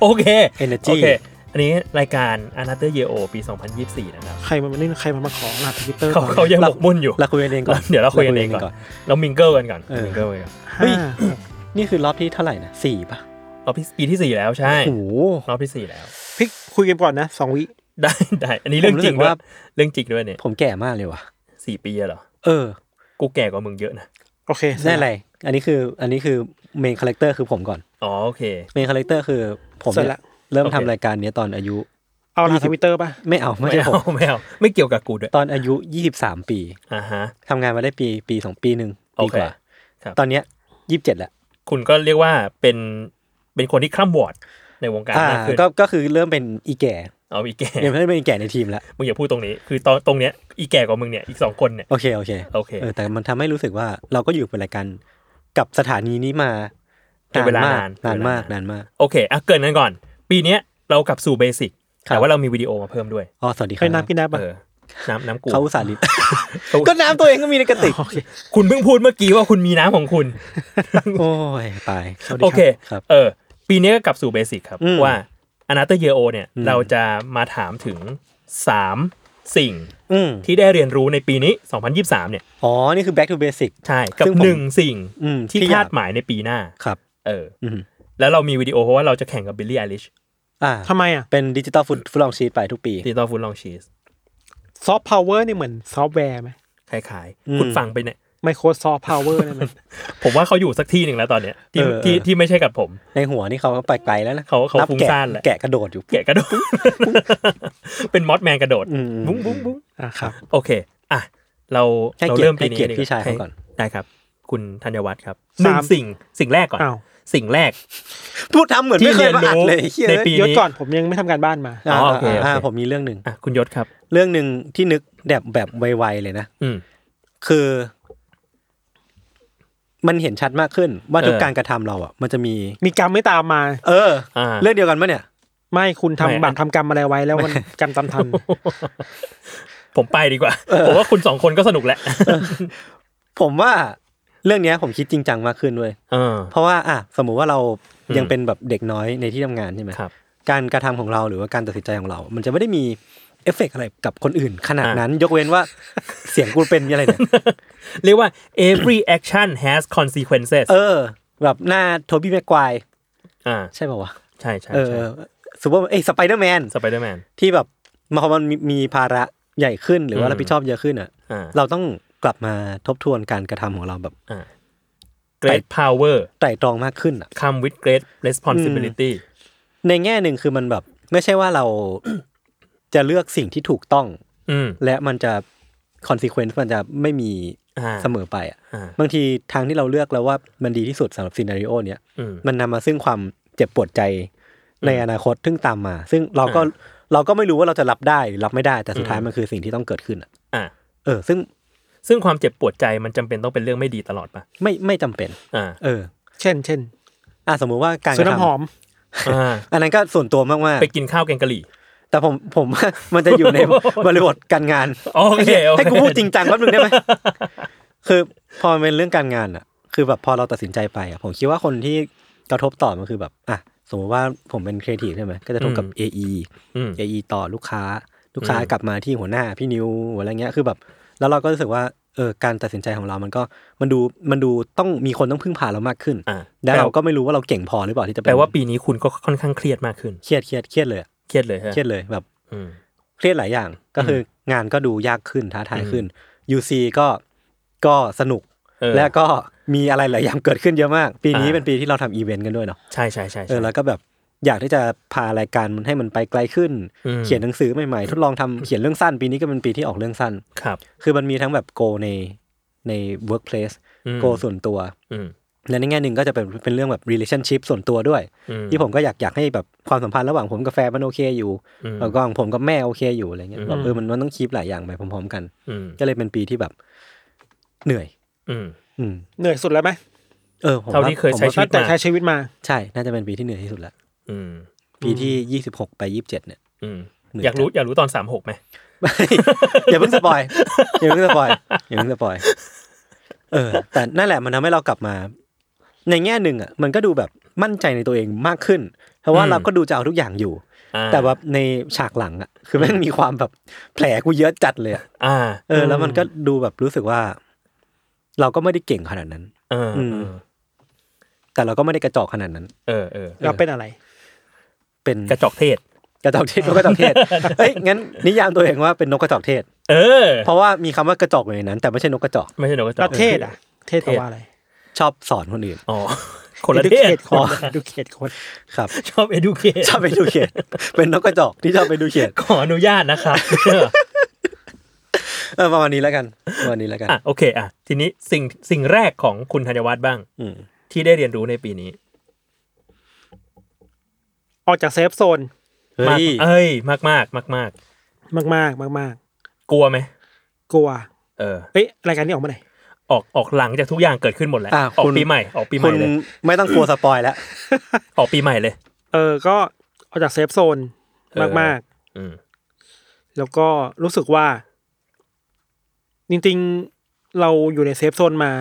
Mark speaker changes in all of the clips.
Speaker 1: โอเค
Speaker 2: Energy
Speaker 1: โอเค อันนี้รายการ a n a t h e r Year O ปี 2024 นะครับ
Speaker 2: ใครมานี่ใครมามาขอรหัสทวิตเตอร์
Speaker 1: เขาเขายังหมกมุ่นอยู่
Speaker 2: เราคุยกันเองก่อน
Speaker 1: เดี๋ยวเราคุยกันเองก่อนเรามิงเกิลกันก่อนมิงเกิลกันก่อน
Speaker 2: เฮ้ยนี่คือรอบที่เท่าไหร่นะสี่ป่ะ
Speaker 1: รอบที่ปีที่สี่แล้วใช่
Speaker 2: โอ้โห
Speaker 1: รอบที่สี่แล้ว
Speaker 2: พี่คุยกันก่อนนะสองวิ
Speaker 1: ได้ได้อันนี้เรื่องจริง
Speaker 2: ผมรู้สึก
Speaker 1: ว่า
Speaker 2: ว่า
Speaker 1: เรื่องจริงด้วยเนี่ย
Speaker 2: ผมแก่มากเลยว่ะ
Speaker 1: สี่ปีอะเหรอ
Speaker 2: เออ
Speaker 1: กูแก่กว่ามึงเยอะนะ
Speaker 2: โอเคได้อะไร อันนี้คืออันนี้คือเมนคาแรคเตอร์คือผมก่อน
Speaker 1: อ๋อโอเค
Speaker 2: เมนคาแรคเตอร์คือผม
Speaker 3: เสร็จ
Speaker 2: เนี่
Speaker 3: ละ
Speaker 2: ยเริ่ม
Speaker 1: โอเค
Speaker 2: ทำรายการเนี้ยตอนอายุ
Speaker 3: เอา
Speaker 2: ยี่
Speaker 3: ละ
Speaker 2: สิ
Speaker 3: ท
Speaker 2: บ
Speaker 3: วิตเตอร์ป่ะ
Speaker 2: ไม่เอาไม่
Speaker 1: ไม่
Speaker 2: ใช่ผ
Speaker 1: เอา
Speaker 2: ม
Speaker 1: ไม่เอาไม่เกี่ยวกับกูด้วย
Speaker 2: ตอนอายุ 23 ปี
Speaker 1: อ่าฮะ
Speaker 2: ทำงานมาได้ปีปีสองปีหนึ่ง
Speaker 1: โอ
Speaker 2: ปี
Speaker 1: เค
Speaker 2: กว่า
Speaker 1: ครับ
Speaker 2: ตอนเนี้ยยี่สิบเจ็ดแล้ว
Speaker 1: คุณก็เรียกว่าเป็นเป็นคนที่คร่ำวอดในวงกา
Speaker 2: อ่าม
Speaker 1: รากขึ้น
Speaker 2: ก็ก็คือเริ่มเป็นอีแก่
Speaker 1: เอาอีแก่
Speaker 2: เริ่มเป็นอีแก่ในทีมแล้ว
Speaker 1: มึงอย่าพูดตรงนี้ คือตอนตรงเนี้ยอีแก่กว่ามึงเนี่ยอีกสองคนเนี่ย
Speaker 2: โอเค โอเค
Speaker 1: โอเค
Speaker 2: เออแต่มันทำให้รู้สึกว่าเราก็อยู่เป็นรายการกับสถานีนี้มา
Speaker 1: เป็นเวลานาน
Speaker 2: มกนาน
Speaker 1: เป็นเวลานาน
Speaker 2: มากนานมาก
Speaker 1: โอเค อ่ะ เกรินกันก่อน ปีเนี้ยเรากลับสู่เบสิก
Speaker 2: ครับ
Speaker 1: แต่ว่าเรามีวิดีโอมาเพิ่มด้วย
Speaker 2: อ๋อ สวัสดีค
Speaker 3: เค
Speaker 2: รั
Speaker 3: ยนับพี่นับ
Speaker 1: เอ
Speaker 3: ป่ะ
Speaker 1: อ น้ำน้ำกู
Speaker 2: เขาอุตส่าห์ลิบ
Speaker 1: เขา
Speaker 2: ก็น้ำตัวเองก็มีในกระติก
Speaker 1: คุณเพิ่งพูดเมื่อกี้ว่าคุณมีน้ำของคุณ
Speaker 2: โอ้ย ตายสวัสดี
Speaker 1: โอเค
Speaker 2: ครับ
Speaker 1: เออ ปีนี้ก็กลับสู่เบสิกครับ
Speaker 2: อืม
Speaker 1: ว่าอนาเตอร์เยโอเนี่ย
Speaker 2: อืม
Speaker 1: เราจะมาถามถึง 3 สิ่ง
Speaker 2: อืม
Speaker 1: ที่ได้เรียนรู้ในปีนี้ 2023 เนี่ย
Speaker 2: อ๋อ นี่คือ back to basic
Speaker 1: ใช่ กับ
Speaker 2: ซึ่งผม
Speaker 1: 1 สิ่ง
Speaker 2: อืม
Speaker 1: ที่
Speaker 2: ที่อยาก
Speaker 1: คาดหมายในปีหน้า
Speaker 2: ครับ
Speaker 1: เออ
Speaker 2: อืม
Speaker 1: แล้วเรามีวิดีโอเพราะว่าเราจะแข่งกับบิลลี่ไอริช
Speaker 2: อ่า
Speaker 3: ทำไมอ่ะ
Speaker 2: เป็นดิจิตอลฟุตฟุตลองชีตไปทุกปี
Speaker 1: ดิจิตอลฟูดลองชีส
Speaker 3: ซอฟต์พาวเวอร์นี่เหมือนซอฟต์แวร์ไหม
Speaker 1: คล้ายๆ คุณฟังไปเนี่ย
Speaker 3: ไมโครซอฟต์พาวเวอร์นั่นแหละ
Speaker 1: ผมว่าเขาอยู่สักที่หนึ่งแล้วตอนเนี้ยที่
Speaker 2: เออเออ
Speaker 1: ที่ที่ไม่ใช่กับผม
Speaker 2: ในหัวนี่เขาก็ไปไกลแล้วนะ
Speaker 1: เขาเขา
Speaker 2: นับ
Speaker 1: ฟุ้ง
Speaker 2: แกะ
Speaker 1: ซ่านแหละ
Speaker 2: แกะกระโดดอยู่
Speaker 1: แกะกระโด ด เป็นมอสแมนกระโดด
Speaker 2: อืม
Speaker 1: บุ้งบุ้งบุ้ง
Speaker 3: อ่ะครับ
Speaker 1: โอเค อ่ะ เรา
Speaker 2: ให้
Speaker 1: เรา
Speaker 2: เกียรติ
Speaker 1: เริ่มปีนี้
Speaker 2: ให้เกียรติ
Speaker 1: ดีว่
Speaker 2: พี่ชายเขาก่อน
Speaker 1: ให้ได้ครับ คุณธัญวัฒน์ครับห
Speaker 3: สา
Speaker 1: นึ่
Speaker 3: ม
Speaker 1: งสิ่งสิ่งแรกก่อน
Speaker 3: อ้าว
Speaker 1: สิ่งแรก
Speaker 2: พูดทำเหมือนไม่เคยมาอัดเลย
Speaker 1: ที่เรียนรู้ในปี
Speaker 3: ยศก่อนผมยังไม่ทำการบ้านมา
Speaker 2: อ่า
Speaker 1: อ๋อโอเคโอเค
Speaker 2: อ่าผมมีเรื่องหนึ่ง
Speaker 1: อ่ะคุณยศครับ
Speaker 2: เรื่องหนึ่งที่นึกแบบแบบไวๆเลยนะ
Speaker 1: อืม
Speaker 2: คือ มันเห็นชัดมากขึ้น ว่า
Speaker 1: เออ
Speaker 2: ทุกการกระทำเราอ่ะ มันจะมี
Speaker 3: มีกรรมไม่ตามมา
Speaker 2: เออ
Speaker 1: อ่า
Speaker 2: เรื่องเดียวกันปะเนี่ย
Speaker 3: ไม่คุณทำ
Speaker 1: ไม่
Speaker 3: บัตรทำกรรมอะไรไว้แล้วมัน กรรมตามทัน
Speaker 1: ผมไปดีกว่า ผมว่าคุณสองคนก็สนุกแหละ
Speaker 2: ผมว่าเรื่องเนี้ยผมคิดจริงจังมากขึ้นด้วย
Speaker 1: เออ
Speaker 2: เพราะว่า อ่ะสมมุติว่าเรา
Speaker 1: อืม
Speaker 2: ยังเป็นแบบเด็กน้อยในที่ทำงานใช่ไหม
Speaker 1: ครับ
Speaker 2: การกระทำของเราหรือว่าการตัดสินใจของเรา มันจะไม่ได้มีเอฟเฟกต์อะไรกับคนอื่น ขนาดนั้น ยกเว้นว่า เสียงกูเป็นอะไร เนี่ย
Speaker 1: เรียกว่า every action has consequences
Speaker 2: เออ แบบหน้าโทบี้แม็กควาย
Speaker 1: อ่า
Speaker 2: ใช่ป่าวะ
Speaker 1: ใช่ใช่
Speaker 2: เออ
Speaker 1: ใช่
Speaker 2: ซูเปอร์เอ้ยสไปเดอร์แมน
Speaker 1: สไปเดอร์แมน
Speaker 2: ที่แบบพอมันมีมีภาระใหญ่ขึ้นหรือ
Speaker 1: อื
Speaker 2: ว่าม รับผิดชอบเยอะขึ้นอ่ะ
Speaker 1: อ่า
Speaker 2: เราต้องกลับมาทบทวนการกระทำของเราแบบ
Speaker 1: อ่า great power
Speaker 2: ไตร่ตรองมากขึ้นอ่ะ
Speaker 1: come with great responsibility
Speaker 2: ในแง่หนึ่งคือมันแบบ ไม่ใช่ว่าเรา จะเลือกสิ่งที่ถูกต้อง
Speaker 1: อืม
Speaker 2: และมันจะคอนซ e เควนซ์มันจะไม่มี
Speaker 1: อ่า
Speaker 2: เสมอไปอ่ะ
Speaker 1: อ่า
Speaker 2: บางทีทางที่เราเลือกแล้วว่ามันดีที่สุดสำหรับซีนารีโอเนี้ย
Speaker 1: อืม
Speaker 2: มันนำมาซึ่งความเจ็บปวดใจในอนาคตซึ่งตามมา ซึ่งเราก็เราก็ไม่รู้ว่าเราจะรับได้หรือรับไม่ได้แต่สุดท้ายมันคือสิ่งที่ต้องเกิดขึ้นอะ
Speaker 1: อ่า
Speaker 2: เออ ซึ่ง
Speaker 1: ซึ่งความเจ็บปวดใจมันจำเป็นต้องเป็นเรื่องไม่ดีตลอดป่ะ
Speaker 2: ไม่ไม่จำเป็น
Speaker 1: อ่า
Speaker 2: เออ
Speaker 3: เช่น เช่น
Speaker 2: อ่ะสมมุติว่าการ
Speaker 3: ซื้อน้ำหอม
Speaker 1: อ่า
Speaker 2: อันนั้นก็ส่วนตัวมาก
Speaker 1: ไปกินข้าวแกงกะหรี่
Speaker 2: ๆ แต่ผมผม มันจะ อยู่ใน บริบทการงาน
Speaker 1: โอเค
Speaker 2: ให้
Speaker 1: โอเค
Speaker 2: ให้กูพูดจริงจังแป๊บนึงได้ไหม คือพอมันเป็นเรื่องการงานอ่ะ คือแบบพอเราตัดสินใจไปอะผมคิดว่าคนที่กระทบต่อมันคือแบบอ่ะสมมติว่าผมเป็นครีเอทีฟใช่ไหมก็จะโทรกับ
Speaker 1: อืม
Speaker 2: AE
Speaker 1: อืม
Speaker 2: เอไอต่อลูกค้าลูกค้า
Speaker 1: อืม
Speaker 2: กลับมาที่หัวหน้าพี่นิวอะไรเงี้ยคือแบบ แล้วเราก็รู้สึกว่าเออการตัดสินใจของเรามันก็มันดูมันดูต้องมีคนต้องพึ่งพาเรามากขึ้น
Speaker 1: อ่ะ
Speaker 2: แล้วเราก็ไม่รู้ว่าเราเก่งพอหรือเปล่าที่จะ
Speaker 1: แป
Speaker 2: เป็
Speaker 1: ล
Speaker 2: น
Speaker 1: ว่าปีนี้คุณก็ค่อนข้างเครียดมากขึ้น
Speaker 2: เครียดเครียดเครียดเลยอะ
Speaker 1: เครียดเลยฮะ
Speaker 2: เครียดเลยแบบ
Speaker 1: อืม
Speaker 2: เครียดหลายอย่างก็คือองานก็ดูยากขึ้นท้าทายขึ้น UC ก็ก็สนุก
Speaker 1: เออ
Speaker 2: และก็มีอะไรหลายอย่างเกิดขึ้นเยอะมาก ปีนี้
Speaker 1: อ่า
Speaker 2: เป็นปีที่เราทำอีเวนต์กันด้วยเนาะ
Speaker 1: ใช่ใช่ใช่
Speaker 2: เอ
Speaker 1: ใช่
Speaker 2: อแล้วก็แบบอยากที่จะพารายการมันให้มันไปไกลขึ้น
Speaker 1: อืม
Speaker 2: เขียนหนังสือใหม่ๆ ทดลองทำเขียนเรื่องสั้นปีนี้ก็เป็นปีที่ออกเรื่องสั้น
Speaker 1: ครับ
Speaker 2: คือมันมีทั้งแบบโกในใน workplace
Speaker 1: อืม
Speaker 2: โกส่วนตัว
Speaker 1: อืม
Speaker 2: และในแง่หนึ่งก็จะเป็นเป็นเรื่องแบบ relationship ส่วนตัวด้วย
Speaker 1: อืม
Speaker 2: ที่ผมก็อยากอยากให้แบบความสัมพันธ์ระหว่างผมกับแฟนมันโอเคอยู่
Speaker 1: อืม
Speaker 2: แล้วก็ของผมกับแม่โอเคอยู่อะไรเงี้ย
Speaker 1: อืม
Speaker 2: แบบเออมันมันต้องคีบหลายอย่างไปพร้อมๆกัน
Speaker 1: อืม
Speaker 2: ก็เลยเป็นปีที่แบบเหนื่อย
Speaker 1: อืม
Speaker 2: อืม
Speaker 3: เหนื่อยสุดแล้วไหม
Speaker 2: เออผมว่
Speaker 1: เท่าที่เคยใช้
Speaker 2: ผม
Speaker 1: ชี
Speaker 2: ว่า
Speaker 1: วิ
Speaker 3: ตั้งแต่ใช้ชีวิตมา
Speaker 2: ใช่น่าจะเป็นปีที่เหนื่อยที่สุดละ
Speaker 1: อืม
Speaker 2: ปีที่ยี่สิบหกไปยี่สิบเจ็ดเนี่ย
Speaker 1: อืม
Speaker 2: เหนื่อย
Speaker 1: อยากรู้อยากรู้ตอนสามหกไหม
Speaker 2: ไม่ อย่าเพิ่งสปอยอย่าเพิ่งสปอยอย่าเพิ่งสปอยเออ แต่นั่นแหละมันทำให้เรากลับมา ในแง่หนึ่งอ่ะมันก็ดูแบบมั่นใจในตัวเองมากขึ้น เพราะว่า
Speaker 1: อืม
Speaker 2: เราก็ดูจะเอาทุกอย่างอยู่
Speaker 1: อ่า
Speaker 2: แต่แบบในฉากหลังอ่ะ คือแม่งมีความแบบแผลกูเยอะจัดเลยอะ
Speaker 1: อ่า
Speaker 2: เออ แล้วมันก็ดูแบบรู้สึกว่า เราก็ไม่ได้เก่งขนาดนั้น
Speaker 1: เอออ
Speaker 2: ม แต่เราก็ไม่ได้กระจอกขนาดนั้น
Speaker 1: เออเออ
Speaker 3: เราเป็นอะไร
Speaker 2: เป็น
Speaker 1: กระจอกเทศ
Speaker 2: กระจอกเทศนกกระจอกเท ศเอ้ยงั้นนิยามตัวเองว่าเป็นนกกระจอกเทศ
Speaker 1: เออ
Speaker 2: เพราะว่ามีคำว่ากระจอกอยู่ในนั้น แต่ไม่ใช่นกกระจอก
Speaker 1: ไม่ใช่นกกระจ
Speaker 3: ป
Speaker 1: อก
Speaker 3: ระเทศอ่ะ เทศแปลว่าอะไร
Speaker 2: ชอบสอนคนอื่น
Speaker 1: อ๋อคนละเทศ
Speaker 3: คน ดูเขตคน
Speaker 2: ครับ
Speaker 1: ชอบ educate
Speaker 2: ชอบไปดูเขตเป็นนกกระจอกที่ชอบไปดูเขต
Speaker 1: ขออนุญาตนะครับ
Speaker 2: เออประมาณนี้แล้วกันประมาณนี้แล้วกัน
Speaker 1: อ่ะโอเคอ่ะทีนี้สิ่งสิ่งแรกของคุณธัญวัฒน์บ้าง
Speaker 2: อืม
Speaker 1: ที่ได้เรียนรู้ในปีนี้
Speaker 3: ออกจากเซฟโซน
Speaker 2: เฮ้
Speaker 1: มาก
Speaker 2: ย
Speaker 1: เอ้ยมากมากมากมาก
Speaker 3: มากมากมากมาก
Speaker 1: กลัวไหม
Speaker 3: ๆกลัว
Speaker 1: เออ
Speaker 3: เอ้ยรายการนี้ออกมาไหน
Speaker 1: ออกออกหลังจากทุกอย่างเกิดขึ้นหมดแล้ว
Speaker 2: อ่ะ
Speaker 1: ออก
Speaker 2: คุณ
Speaker 1: ปีใหม่ออกปีให
Speaker 2: คุ
Speaker 1: ม่
Speaker 2: ณ
Speaker 1: เลย
Speaker 2: ไม่ต้องกลัวสปอยแล้ว
Speaker 1: ออกปีใหม่เลย
Speaker 3: เออ ก็ออกจากเซฟโซน
Speaker 1: เออ
Speaker 3: มากมาก
Speaker 1: อืม
Speaker 3: ๆแล้วก็รู้สึกว่า จริงๆ เราอยู่ในเซฟโซนมา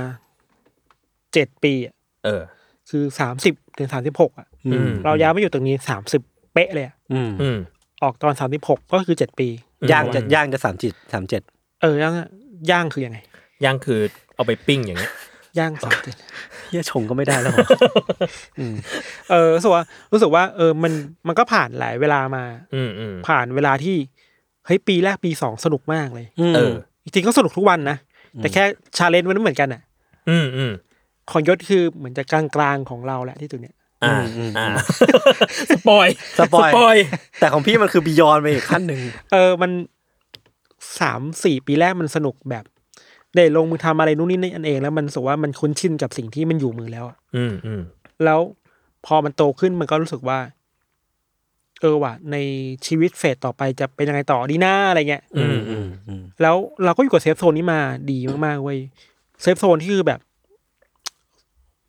Speaker 3: เจ็ดปีอะ
Speaker 1: เออ
Speaker 3: คือสามสิบถึงสามสิบหกอ่ะ
Speaker 2: อืม
Speaker 3: เราย้ายมาอยู่ตรงนี้สามสิบเป๊ะเลยอะ
Speaker 2: อืม
Speaker 1: อืม
Speaker 3: ออกตอนสามสิบหกก็คือเจ็ดปี
Speaker 2: ย่างจะย่างจะสามจิตสามเจ็ด
Speaker 3: เออย่างอะย่างคือยังไง
Speaker 1: ย่างคือเอาไปปิ้งอย่างเงี้ย
Speaker 3: ย่างสามเจ็ด
Speaker 2: เฮียชงก็ไม่ได้แล้วเหรอ
Speaker 3: เออรู้สึกว่ารู้สึกว่า เออมันมันก็ผ่านหลายเวลามา
Speaker 1: อืมอืม
Speaker 3: ผ่านเวลาที่เฮ้ยปีแรกปีสองสนุกมากเลย
Speaker 2: อืม
Speaker 1: เออ
Speaker 3: จริงๆก็สนุกทุกวันนะ แต่แค่ชาเลนจ์มันไม่เหมือนกันอ่ะ
Speaker 1: อืมอืม
Speaker 3: ของยศคือเหมือนจะกลางๆของเราแหละที่จุดเนี้ย
Speaker 1: อ่าอ่าสปอย
Speaker 2: สปอย
Speaker 1: สปอย
Speaker 2: แต่ของพี่มันคือบียอนไปอีกขั้นหนึ่ง
Speaker 3: เออมันสามสี่ปีแรกมันสนุกแบบ ได้ลงมือทำอะไรนู่นนี่นั่นเอง แล้วมันรู้สึกว่ามันคุ้นชินกับสิ่งที่มันอยู่มือแล้วอะ
Speaker 1: อืมอืม
Speaker 3: แล้วพอมันโตขึ้นมันก็รู้สึกว่า เออว่ะในชีวิตเฟสต่อไปจะเป็นยังไงต่อดีหน้าอะไรเงี้ย
Speaker 1: อืม
Speaker 2: อืมอืม
Speaker 3: แล้วเราก็อยู่กับเซฟโซนนี้มาดีมากๆเว้ยเซฟโซนที่คือแบบ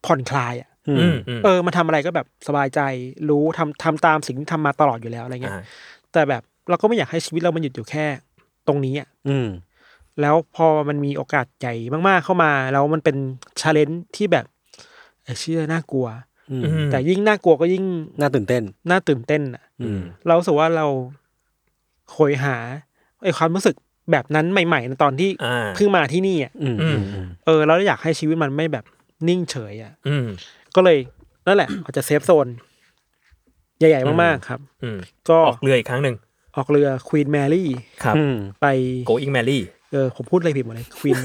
Speaker 3: ผ่อนคลายอ่ะ
Speaker 2: อื
Speaker 1: อื
Speaker 2: ม
Speaker 1: มอืม
Speaker 3: เออมาทำอะไรก็แบบสบายใจรู้ทำทำตามสิ่งที่ทำมาตลอดอยู่แล้วอะไรเงี้ย
Speaker 1: อ่า
Speaker 3: แต่แบบเราก็ไม่อยากให้ชีวิตเรามันหยุดอยู่แค่ ตรงนี้อ่ะ
Speaker 2: อืม
Speaker 3: แล้วพอมันมีโอกาสใหญ่มากๆเข้ามา แล้วมันเป็นชาเลนจ์ที่แบบไอ้เชื่อน่ากลัว
Speaker 2: อืม
Speaker 1: อืม
Speaker 3: แต่ยิ่งน่ากลัวก็ยิ่ง
Speaker 2: น่าตื่นเต้น
Speaker 3: น่าตื่นเต้นอ่ะ
Speaker 2: อืม
Speaker 3: เรารู้สึกว่าเราโหยหาไอ้ความรู้สึกแบบนั้นใหม่ๆในตอนที่
Speaker 1: อ่า
Speaker 3: เพิ่งมาที่นี่อ่ะ
Speaker 2: อืมอืมอืม
Speaker 3: เออแล้วอยากให้ชีวิตมันไม่แบบนิ่งเฉยอ่ะ
Speaker 1: อืม
Speaker 3: ก็เลยนั่นแหละ อาจจะเซฟโซน ใหญ่ ๆ มาก ๆ ครับ
Speaker 1: อืม
Speaker 3: ก็
Speaker 1: ออกเรืออีกครั้งหนึ่ง
Speaker 3: ออกเรือควีนแมรี่
Speaker 1: ครับ
Speaker 2: อืม
Speaker 3: ไป
Speaker 1: โกอิงแมรี่
Speaker 3: เออ ผมพูดอะไรผิดหมดเลยควีน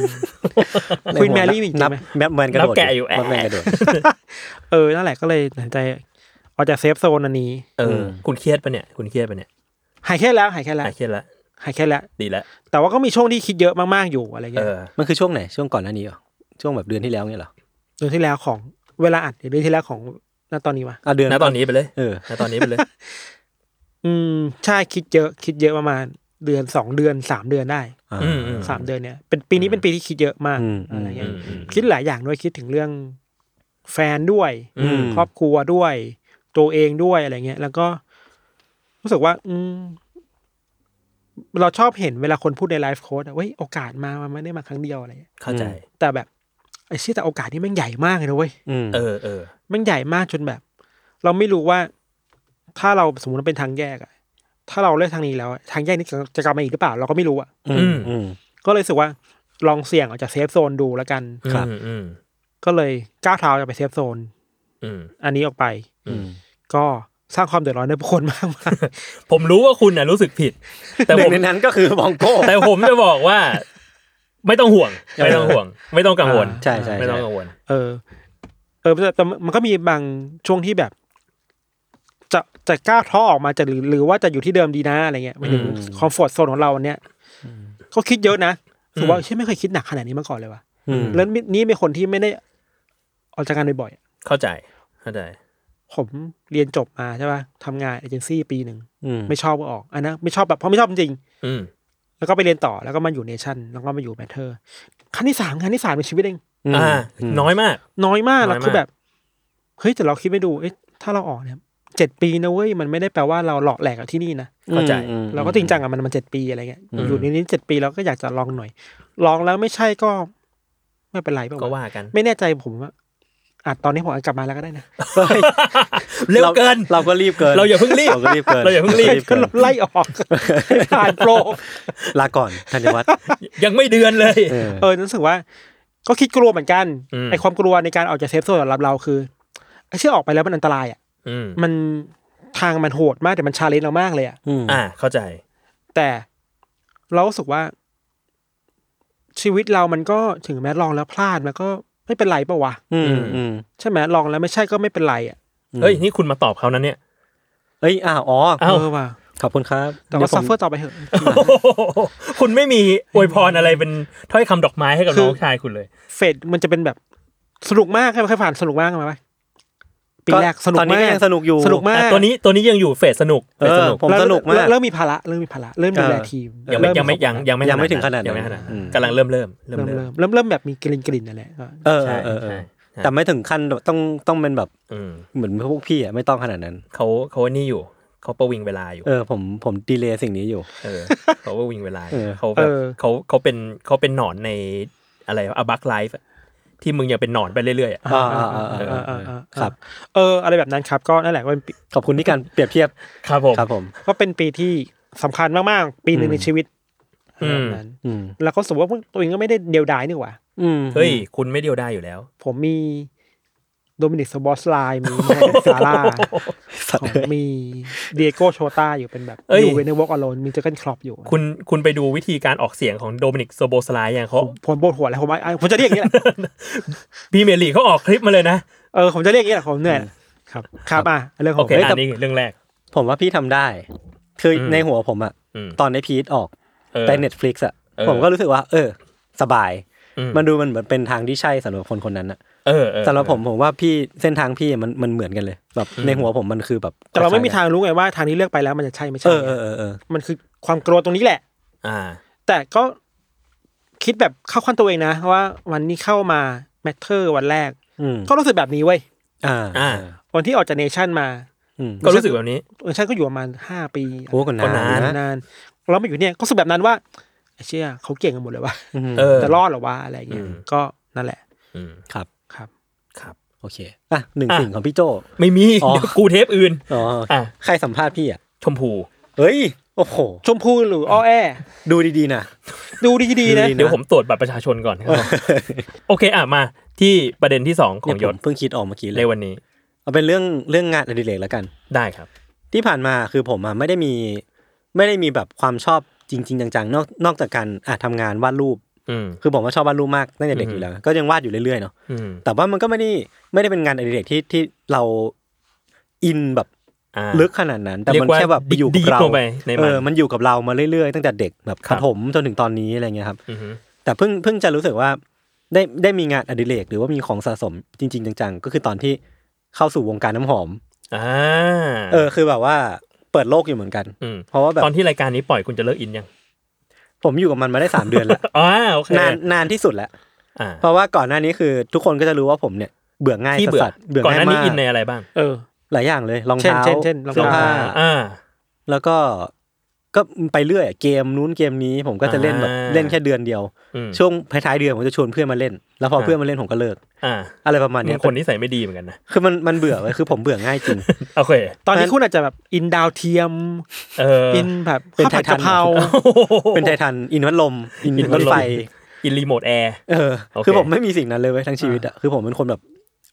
Speaker 3: ควีนแมรี่มีจริ
Speaker 2: นับ
Speaker 3: งไหม
Speaker 2: แบทแมนกระ
Speaker 1: นั
Speaker 2: โด
Speaker 1: บ
Speaker 2: ด
Speaker 1: แกะอยู่แอะ
Speaker 2: แบทแมนกระโดด
Speaker 3: เออ นั่นแหละก็เลยตัดสินใจออกจากเซฟโซนอันนี้
Speaker 1: เอออ
Speaker 2: ม
Speaker 1: คุณเครียดปะเนี่ย คุณเครียดปะเนี่ย
Speaker 3: หายแค่แล้ว หายแค่แล้ว
Speaker 1: อ่ะเครียดละ
Speaker 3: หายแค่แล้ว
Speaker 1: ดีละ
Speaker 3: แต่ว่าก็มีช่วงที่คิดเยอะมาก ๆ อยู่อะไร
Speaker 1: เอ
Speaker 3: เงี้ย
Speaker 1: อ
Speaker 2: มันคือช่วงไหนช่วงก่อนหน้านี้เหรอช่วงแบบเดือนที่แล้วเนี่ยเหรอ
Speaker 3: เดือนที่แล้วของเวลาอัดหรือเดือนที่แล้วของณตอนนี้วะ
Speaker 2: อ่ะเดือน
Speaker 1: ณตอนนี้ไปเลย
Speaker 2: เออ
Speaker 1: ณตอนนี้ไปเลย
Speaker 3: อืมใช่คิดเยอะ คิดเยอะประมาณเดือนสองเดือนสามเดือนได้
Speaker 2: อ่า
Speaker 1: อืมอืม
Speaker 3: สามเดือนเนี่ยเป็นปีนี้เป็นปีที่คิดเยอะมาก
Speaker 2: อืม
Speaker 3: อะไรเงี้ย
Speaker 1: อืมอืม
Speaker 3: คิดหลายอย่างด้วยคิดถึงเรื่องแฟนด้วย
Speaker 2: อืม
Speaker 3: ครอบครัวด้วย ตัวเองด้วยอะไรเงี้ย แล้วก็รู้สึกว่า อืม เราชอบเห็นเวลาคนพูดในไลฟ์โค้ดอะเว้ยโอกาสมามันไม่ได้มาครั้งเดียวอะไรเงี้ย
Speaker 1: เข้าใจ
Speaker 3: แต่แบบ ไอ อ้เชี่ยแต่โอกาสนี่แม่งใหญ่มากเลยนะเว้ย
Speaker 2: อืม
Speaker 1: เออเออ
Speaker 3: แม่งใหญ่มากจนแบบ เราไม่รู้ว่า ถ้าเราสมมติว่าเป็นทางแยกอะถ้าเราเลือกทางนี้แล้วอะทางแยกนี้จะจะกลับมาอีกหรือเปล่า เราก็ไม่รู้อะ
Speaker 2: อืมอืม
Speaker 3: ก็เลยรู้สึกว่าลองเสี่ยงออกจากเซฟโซนดูแล้วกัน
Speaker 1: ครับ อืม
Speaker 3: ก็เลยก้าวเท้าจะไปเซฟโซน
Speaker 1: อืม
Speaker 3: อันนี้ออกไป
Speaker 2: อืม
Speaker 3: ก็สร้างความเดือดร้อนให้ผู้คนมากมาย
Speaker 1: ผมรู้ว่าคุณน่ะรู้สึกผิด แต่
Speaker 2: ห
Speaker 1: ผ
Speaker 2: นึ่
Speaker 1: ม
Speaker 2: งในนั้นก็คือมองโก้
Speaker 1: แต่ผมจะบอกว่า ไม่ต้องห่วง ไม่ต้องห่วง ไม่ต้องกังวล
Speaker 3: อ่า
Speaker 2: ใช่ใช่ใช่
Speaker 1: ไม่ต้องกังวล
Speaker 3: เออ เออแต่แต่มันก็มีบางช่วงที่แบบ จะจะกล้าวท้อออกมาจะหรือหรือว่าจะอยู่ที่เดิมดีนะอะไรเงี้ยหมายถึง
Speaker 2: อืม
Speaker 3: คอมฟอร์ทโซนของเราอันเนี้ยเขาคิดเยอะนะ
Speaker 1: อืม
Speaker 3: ถือว่าเช่ยไม่เคยคิดหนักขนาดนี้มาก่อนเลยว่ะ
Speaker 2: อืม
Speaker 3: แล้วนี่เป็นคนที่ไม่ได้ออกจากงานบ่อยๆอะ
Speaker 1: เข้าใจเข้าใจ
Speaker 3: ผมเรียนจบมาใช่ป่ะทำงานเอเจนซี่ปีหนึ่ง
Speaker 2: อืม
Speaker 3: ไม่ชอบก็ออกอันนะไม่ชอบแบบเพราะไม่ชอบจริง
Speaker 1: อืม
Speaker 3: ๆแล้วก็ไปเรียนต่อแล้วก็มาอยู่เนชั่นแล้วก็มาอยู่แมทเทอร์ขั้นที่สามขั้นที่สามในชีวิตเอง
Speaker 1: อ่า
Speaker 2: ม
Speaker 1: น้อยมาก
Speaker 3: น้อยมา
Speaker 1: น้อยมาก
Speaker 3: กแล้วคือแบบเฮ้ยแต่เราคิดไม่ดูเอ๊ะถ้าเราออกเนี่ยเจ็ดปีนะเว้ยมันไม่ได้แปลว่าเราหลอกแหลกกับที่นี่นะ
Speaker 1: เข้าใจ
Speaker 2: อืม
Speaker 3: เราก็จริงจังกับมันมันเจ็ดปีอะไรเงี้ย
Speaker 1: อืม
Speaker 3: อยู่ในนี้เจ็ดปีเราก็อยากจะลองหน่อย ลองแล้วไม่ใช่ก็ ไม่เป็นไรเปล่า
Speaker 1: ก็
Speaker 3: วะ
Speaker 1: ว่ากัน
Speaker 3: ไม่แน่ใจผมว่าอาจตอนนี้ผมอาจกลับมาแล้วก็ได้นะ
Speaker 2: เฮ้ย
Speaker 1: เร็วเกิน
Speaker 2: เราก็รีบเกิน
Speaker 1: เราอย่าเพิ่งรีบ
Speaker 2: เราก็รีบเกิน
Speaker 1: เราอย่าเพิ่งรีบ
Speaker 3: ก็
Speaker 2: เน
Speaker 3: ไล่ออกให้ผ่านโปร
Speaker 2: ลาก่อนธัญวัฒน์
Speaker 1: ยังไม่เดือนเลย
Speaker 2: เออ
Speaker 3: เออรู้สึกว่า ก็คิดกลัวเหมือนกัน
Speaker 1: อืม
Speaker 3: ไอความกลัวในการออกจากเซฟโซนสำหรับเราคือไอ้เชื่อออกไปแล้วมันอันตรายอ่ะ
Speaker 1: อืม
Speaker 3: มันทางมันโหดมากแต่มันชาเลนจ์เรามากเลยอ่ะ
Speaker 2: อืม
Speaker 1: อ่า เข้าใจ
Speaker 3: แต่เรารู้สึกว่า ชีวิตเรามันก็ถึงแม้ลองแล้วพลาดมันก็ไม่เป็นไรปะวะ
Speaker 2: อืมอืม
Speaker 3: ใช่ไหมลองแล้วไม่ใช่ก็ไม่เป็นไรอ่ะ
Speaker 1: เฮ้ย นี่คุณมาตอบเขานั้นเนี่ย
Speaker 2: เอ้ยอ้าวอ๋อ
Speaker 1: เอ้า
Speaker 3: อว่ะ
Speaker 2: ขอบคุณครับ
Speaker 3: แต่ว่า
Speaker 2: ดี๋ย
Speaker 3: ซั
Speaker 2: ว
Speaker 3: ฟ
Speaker 2: ผม
Speaker 3: เฟอร์ต่อไปเถอะ
Speaker 1: คุณไม่มีอวยพรอะไรเป็นถ้อยคำดอกไม้ให้กับ
Speaker 3: คือ
Speaker 1: น้องชายคุณเลย
Speaker 3: เฟดมันจะเป็นแบบสนุกมากใช่ไหมเคยผ่านสนุกมากไหมปีแรกสนุก
Speaker 2: ตอนนี้
Speaker 3: มา
Speaker 2: ก็
Speaker 3: ก
Speaker 2: ยังสนุกอยู่
Speaker 3: สนุกมา
Speaker 1: อ่ะ
Speaker 3: ก
Speaker 1: ตัวนี้ตัวนี้ยังอยู่เฟสสนุกเฟสสนุก
Speaker 2: เออผมสนุกมาก
Speaker 3: เริ่เริ่มมีภาระเริ่มมีภาระเริ่มดูแล
Speaker 2: เออ
Speaker 3: ทีม
Speaker 1: ยังไม่
Speaker 3: เริ่
Speaker 1: ยังไม่ยังยังไม่
Speaker 2: ยังไม่ถึงขนาดนั้น
Speaker 1: ยังไม่ขนาดนั้น
Speaker 2: อืม
Speaker 1: กำลังเริ่มเริ่มเริ่
Speaker 3: เริ่
Speaker 1: ม
Speaker 3: ม
Speaker 1: เริ่
Speaker 3: เริ่
Speaker 1: ม
Speaker 3: มเริ่มเริ่มแบบมีกลิ่นกลิ่นนั่นแหละก็
Speaker 2: เออ
Speaker 1: ใช่
Speaker 2: เออเออ
Speaker 1: ใช่ใช่
Speaker 2: แต่ไม่ถึงขั้นแบบต้องต้องเป็นแบบ
Speaker 1: อืม
Speaker 2: เหมือนพวกพี่อ่ะไม่ต้องขนาดนั้น
Speaker 1: เขาเขานี่อยู่เขาประวิงเวลาอยู่
Speaker 2: เออผมผมดีเลย์สิ่งนี้อยู่
Speaker 1: เออเขาก็วิ่งเวลา
Speaker 2: เออ
Speaker 1: เขาแบบเขาเขาเป็นเขาเป็นหนอนในอะไรอะบักไลฟ์ที่มึงยังเป็นหนอนไปเรื่อยๆอะ
Speaker 2: อ่าอ่าอ่า
Speaker 1: เออ
Speaker 2: อ่า
Speaker 3: เออเออเออ
Speaker 2: ครับ
Speaker 3: เออ อะไรแบบนั้นครับ ก็นั่นแหละก็เป็นปี
Speaker 2: ขอบคุณที่การเปรียบเทียบ
Speaker 1: ครับผม
Speaker 2: ครับผม
Speaker 3: ก็เป็นปีที่สำคัญมาก ๆ ปีหนึ่งในชีวิต
Speaker 1: อืม
Speaker 3: นั้น
Speaker 2: อืม
Speaker 3: แล้วก็รู้สมว่าตัวเองก็ไม่ได้เดียวดายนี่หว่า
Speaker 2: อืม
Speaker 1: เฮ้ย คุณไม่เดียวได้อยู่แล้ว
Speaker 3: ผมมีโดมินิกสบอสไลน์มีแมนซาร่า
Speaker 2: สัต
Speaker 3: ผ
Speaker 2: ว์
Speaker 3: ม
Speaker 2: เอ้ย
Speaker 3: มีเดียโกโชตาอยู่เป็นแบบ
Speaker 1: เอ้ย
Speaker 3: อยู่เวนเวอร์กอโลนมีเจอร์เกิลครอปอยู่
Speaker 1: คุณคุณไปดูวิธีการออกเสียงของโดมินิกโซโบสไลายอย่างเขา
Speaker 3: ผมปวดหัวแล้วผมไอ้ผมจะเรียกอย่างนี้แหละ
Speaker 1: พี่เมลีเขาออกคลิปมาเลยนะ
Speaker 3: เออผมจะเรียกอย่างนี้แหละผมเหนื่อยครับ ครับอ่ะเรื่องข
Speaker 1: โอ
Speaker 3: อง
Speaker 1: เค
Speaker 3: ผม
Speaker 2: ฮ้ยแต่
Speaker 1: อันนี้เรื่องแรก
Speaker 2: ผมว่าพี่ทำได้ คืออ
Speaker 1: ม
Speaker 2: ในหัวผมอ่ะ
Speaker 1: อืม
Speaker 2: ตอนในพีทออก
Speaker 1: เออ
Speaker 2: ไปเน็ตฟลิกซ์อ่ะ
Speaker 1: เออ
Speaker 2: ผมก็รู้สึกว่า เออ สบาย
Speaker 1: อื
Speaker 2: มันดูมันเหมือนเป็นทางที่ใช่สำหรับคนคนนั้นอ่ะ
Speaker 1: เออเออ
Speaker 2: สำหรับผมผมว่าพี่เส้นทางพี่มันมันเหมือนกันเลย แบบในหัวผมมันคือแบบ
Speaker 3: แต่เราไม่มีทางรู้ไงว่าทางนี้เลือกไปแล้วมันจะใช่ไม่
Speaker 2: เอ
Speaker 3: ใช่
Speaker 2: อเออเออเออ
Speaker 3: มันคือความกลัวตรงนี้แหละ
Speaker 1: อ่า
Speaker 3: แต่ก็คิดแบบเข้าขั้นตัวเองนะว่าวันนี้เข้ามาแมทเทอร์วันแรก
Speaker 2: อืม
Speaker 3: ก็รู้สึกแบบนี้เว้ย
Speaker 2: อ่า
Speaker 1: อ่า
Speaker 3: วันที่ออกจากเนชั่นมา
Speaker 2: อืม
Speaker 1: ก็รู้สึกแบบนี้
Speaker 3: เนชั่นก็อยู่ประมาณห้าปี
Speaker 2: โอ้กันนาน
Speaker 1: ก็
Speaker 2: นะ
Speaker 3: นานเรามาอยู่เนี่ยก็รู้สึกแบบนั้นว่าไอ้เชี่ยเขาเก่งกันหมดเลยว่า
Speaker 2: อืม
Speaker 1: เออ
Speaker 3: จะรอดเหรอวะอะไรอย่างเงี้ย
Speaker 1: อืม
Speaker 3: ก็นั่นแหละ
Speaker 1: อืม
Speaker 2: ครับ
Speaker 3: ครับ
Speaker 1: ครับ
Speaker 2: โอเคอ่ะหนึ่ง
Speaker 1: อ่ะ
Speaker 2: สิ่งของพี่โจ
Speaker 1: ไม่มี
Speaker 2: อ๋อ
Speaker 1: เดี๋ยวกูเทปอื่น
Speaker 2: อ๋อ
Speaker 1: อ่ะ
Speaker 2: ใครสัมภาษณ์พี่อ่ะ
Speaker 1: ชมพู
Speaker 2: เฮ้ยโอ้โห
Speaker 3: ชมพูหรืออ้อแอ
Speaker 2: ดูดีๆนะ
Speaker 3: ดูดีๆนะ
Speaker 2: ดี
Speaker 1: เดี๋ยวผมตรวจบัตรประชาชนก่ อนครับโอเคอ่ะมาที่ประเด็นที่สองขอ
Speaker 2: เนี่
Speaker 1: ง
Speaker 2: ย
Speaker 1: ย
Speaker 2: ผ
Speaker 1: ศ
Speaker 2: มเพิ่งคิดออกเมื่อกี้เล
Speaker 1: ใน
Speaker 2: ย
Speaker 1: วันนี้
Speaker 2: เอาเป็นเรื่องเรื่องงานอดิเรกแล้วกัน
Speaker 1: ได้ครับ
Speaker 2: ที่ผ่านมาคือผมอ่ะไม่ได้มี ไม่ได้มีแบบความชอบจริง ๆ จังๆนอกนอกจากการอ่ะทำงานวาดรูป
Speaker 1: อืม
Speaker 2: คือผมก็ชอบวาดรูปมากตั้งแต่เด็ก
Speaker 1: อืม
Speaker 2: อยู่แล้ว ก็ยังวาดอยู่เรื่อยๆเนาะ
Speaker 1: อืม
Speaker 2: แต่ว่ามันก็ไม่ได้ไม่ได้เป็นงานอดิเรกที่ที่เราอินแบบ
Speaker 1: อ่า
Speaker 2: ลึกขนาดนั้น แต่
Speaker 1: เรีย
Speaker 2: มัน
Speaker 1: กว่า
Speaker 2: แค่แบบ
Speaker 1: ดิ
Speaker 2: อยู่กับ
Speaker 1: ดีด
Speaker 2: เรา
Speaker 1: ลงไปในมัน
Speaker 2: เออมันอยู่กับเรามาเรื่อยๆตั้งแต่เด็กแบบ
Speaker 1: ค
Speaker 2: ป
Speaker 1: รับ
Speaker 2: ฐมจนถึงตอนนี้อะไรเงี้ยครับ
Speaker 1: อือฮึ
Speaker 2: แต่เพิ่งเพิ่งจะรู้สึกว่าได้ได้มีงานอดิเรกหรือว่ามีของสะสมจริง ๆ จังๆ ก็คือตอนที่เข้าสู่วงการน้ำหอม
Speaker 1: อ่า
Speaker 2: เออคือแบบว่าเปิดโลกอยู่เหมือนกัน
Speaker 1: ม
Speaker 2: เพราะว่าแบบ
Speaker 1: ตอนที่รายการนี้ปล่อยคุณจะเลิกอินยัง
Speaker 2: ผมอยู่กับมันมาได้สามเดือนแล้ว
Speaker 1: อ่า โอเคน
Speaker 2: านนานที่สุดแล้ว
Speaker 1: อ่า
Speaker 2: เพราะว่าก่อนหน้านี้คือทุกคนก็จะรู้ว่าผมเนี่ยเบื่อง่าย
Speaker 1: ที่เบื่อ
Speaker 2: สัสๆเบื่อ
Speaker 1: ก่อนห
Speaker 2: ง่าย
Speaker 1: น้านี้
Speaker 2: มาก
Speaker 1: อินในอะไรบ้าง
Speaker 3: เออ
Speaker 2: หลายอย่างเลยรองเท้า
Speaker 3: เช่นเช่นเช่นรองเท้า
Speaker 2: สื้อผ้า
Speaker 1: อ่า
Speaker 2: แล้วก็ ก็ไปเรื่อยอะเกมนู้นเกมนี้ผมก็จะเล่นแบบ
Speaker 1: อ่า
Speaker 2: เล่นแค่เดือนเดียว
Speaker 1: อืม
Speaker 2: ช่วงท้ายๆเดือนผมจะชวนเพื่อนมาเล่น แล้วพอ
Speaker 1: ฮะ
Speaker 2: เพื่อนมาเล่นผมก็เลิก
Speaker 1: อ่า
Speaker 2: อะไรประมาณ
Speaker 1: เนี่
Speaker 2: เนี้
Speaker 1: ย
Speaker 2: ย
Speaker 1: คนที่ใส่ไม่ดีเหมือนกันนะ
Speaker 2: คือมันมันเบื่อเว้ยคือผมเบื่อง่ายจริง
Speaker 1: โอเค
Speaker 3: ตอนนี้
Speaker 2: มัน
Speaker 3: คุณอาจจะแบบอินดาวเทียม
Speaker 1: เออ
Speaker 3: อิ นแบบ
Speaker 2: เป็น
Speaker 3: ข้าวผัด
Speaker 2: ไททัน
Speaker 3: กะเพรา
Speaker 2: เป็นไททันอินวัดลมอินรถไฟ
Speaker 1: อินรีโมทแอร์
Speaker 2: เออ
Speaker 1: โอเค
Speaker 2: คือผมไม่มีสิ่งนั้นเลยเว้ยทั้งชีวิตอะคือผมเป็นคนแบบ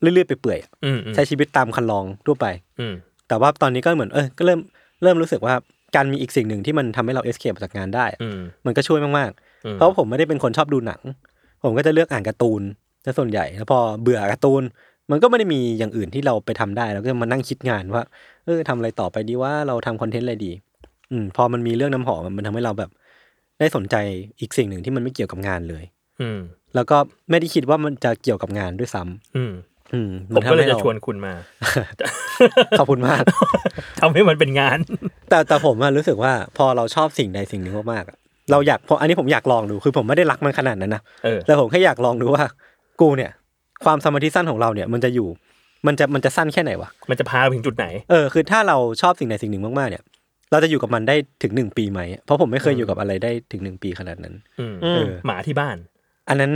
Speaker 2: เรื่อยๆไปเปื่อยๆอะ
Speaker 1: อืมอืม
Speaker 2: ใช้ชีวิตตามคันลองทั่วไป
Speaker 1: อืม
Speaker 2: แต่ว่าตอนนี้ก็เหมือนเออก็เริ่มเริ่มรู้สึกว่าการมีอีกสิ่งหนึ่งที่มันทำให้เราเอสเคปจากงานได้อะ
Speaker 1: อืม
Speaker 2: มันก็ช่วยมาก
Speaker 1: อื
Speaker 2: ๆ
Speaker 1: ม
Speaker 2: เพราะผมไม่ได้เป็นคนชอบดูหนัง ผมก็จะเลือกอ่านการ์ตูนซะส่วนใหญ่แล้วพอเบื่อการ์ตูน มันก็ไม่ได้มีอย่างอื่นที่เราไปทำได้เราก็จะมานั่งคิดงานว่าเออทำอะไรต่อไปดีว่าเราทำคอนเทนต์อะไรดี อืมพอมันมีเรื่องน้ำหอมมันทำให้เราแบบ ได้สนใจอีกสิ่งหนึ่งที่มันไม่เกี่ยวกับงานเลย
Speaker 1: อืม
Speaker 2: แล้วก็ไม่ได้คิดว่ามันจะเกี่ยวกับงานด้วยซ้ำ
Speaker 1: อืม
Speaker 2: อืม
Speaker 1: ผ
Speaker 2: น
Speaker 1: ม
Speaker 2: ทำ
Speaker 1: ก็เลย
Speaker 2: ให้
Speaker 1: จะ
Speaker 2: รา
Speaker 1: ชวนคุณมา
Speaker 2: ขอบคุณมาก
Speaker 1: ทำให้มันเป็นงาน
Speaker 2: แต่แต่ผมอะรู้สึกว่าพอเราชอบสิ่งใดสิ่งหนึ่งมากๆอะเราอยากพออันนี้ผมอยากลองดูคือผมไม่ได้รักมันขนาดนั้นนะ
Speaker 1: เออ
Speaker 2: แต่ผมแค่อยากลองดูว่า กูเนี่ย ความสมาธิสั้นของเราเนี่ย มันจะอยู่ มันจะมันจะสั้นแค่ไหนวะ
Speaker 1: มันจะพาเราไปถึงจุดไหน
Speaker 2: เออคือถ้าเราชอบสิ่งใดสิ่งหนึ่งมากๆเนี่ย เราจะอยู่กับมันได้ถึงหนึ่งปีไหมเพราะผมไม่เคยอยู่กับอะไรได้ถึงหนึ่งปีขนาดนั้น
Speaker 1: อืม
Speaker 3: อืม
Speaker 2: เออ
Speaker 1: หมาที่บ้าน
Speaker 2: อันนั้น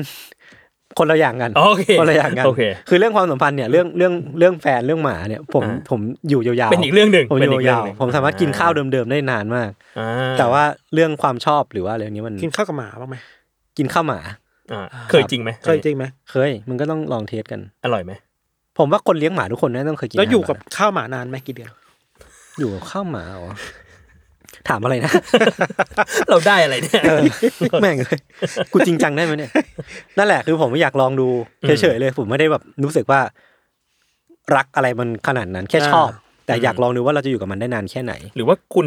Speaker 2: คนละอย่างกัน
Speaker 1: โอเค
Speaker 2: คนละอย่างกัน
Speaker 1: โอเค
Speaker 2: คือเรื่องความสัมพันธ์เนี่ยเรื่องเรื่องเรื่องแฟนเรื่องหมาเนี่ย ผม
Speaker 1: อ่า
Speaker 2: ผมอยู่ยาวๆ
Speaker 1: เป็นอีกเรื่องหนึ่ง
Speaker 2: ผมอ
Speaker 1: เป็นอีกเรื่อย
Speaker 2: ยู่าง ว
Speaker 1: หนึ่ง
Speaker 2: ๆผมสามารถกินข้าวเดิมๆได้นานมาก
Speaker 1: อ่
Speaker 2: แต่ว่าเเรื่องความชอบหรือว่าอะไรเนี้มัน
Speaker 3: กินข้าวกับหมาบ้างไหม
Speaker 2: กินข้าวหมา
Speaker 1: อ่าเคยจริงไหม
Speaker 3: เคยจริงไหม
Speaker 2: เคย มันก็ต้องลองเทสกัน
Speaker 1: อร่อยไหม
Speaker 2: ผมว่าคนเลี้ยงหมาทุกคนน่าจะต้องเคยกิน
Speaker 3: แล้วอ
Speaker 2: า
Speaker 3: ยู่
Speaker 2: หมา
Speaker 3: กับข้าวหมานานไหมกี่เดือน
Speaker 2: อยู่กับข้าวหมาเหรอถามอะไรนะ
Speaker 1: เราได้อะไรเนี่ย
Speaker 2: เออแม่งเลยกูจริงจังได้ไหมเนี่ย นั่นแหละคือผมอยากลองดู
Speaker 1: อืม
Speaker 2: เฉยๆเลย ผมไม่ได้แบบรู้สึกว่า รักอะไรมันขนาดนั้นแค่ชอบ แต่อยากลองดูว่าเราจะอยู่กับมันได้นานแค่ไหน
Speaker 1: หรือว่าคุณ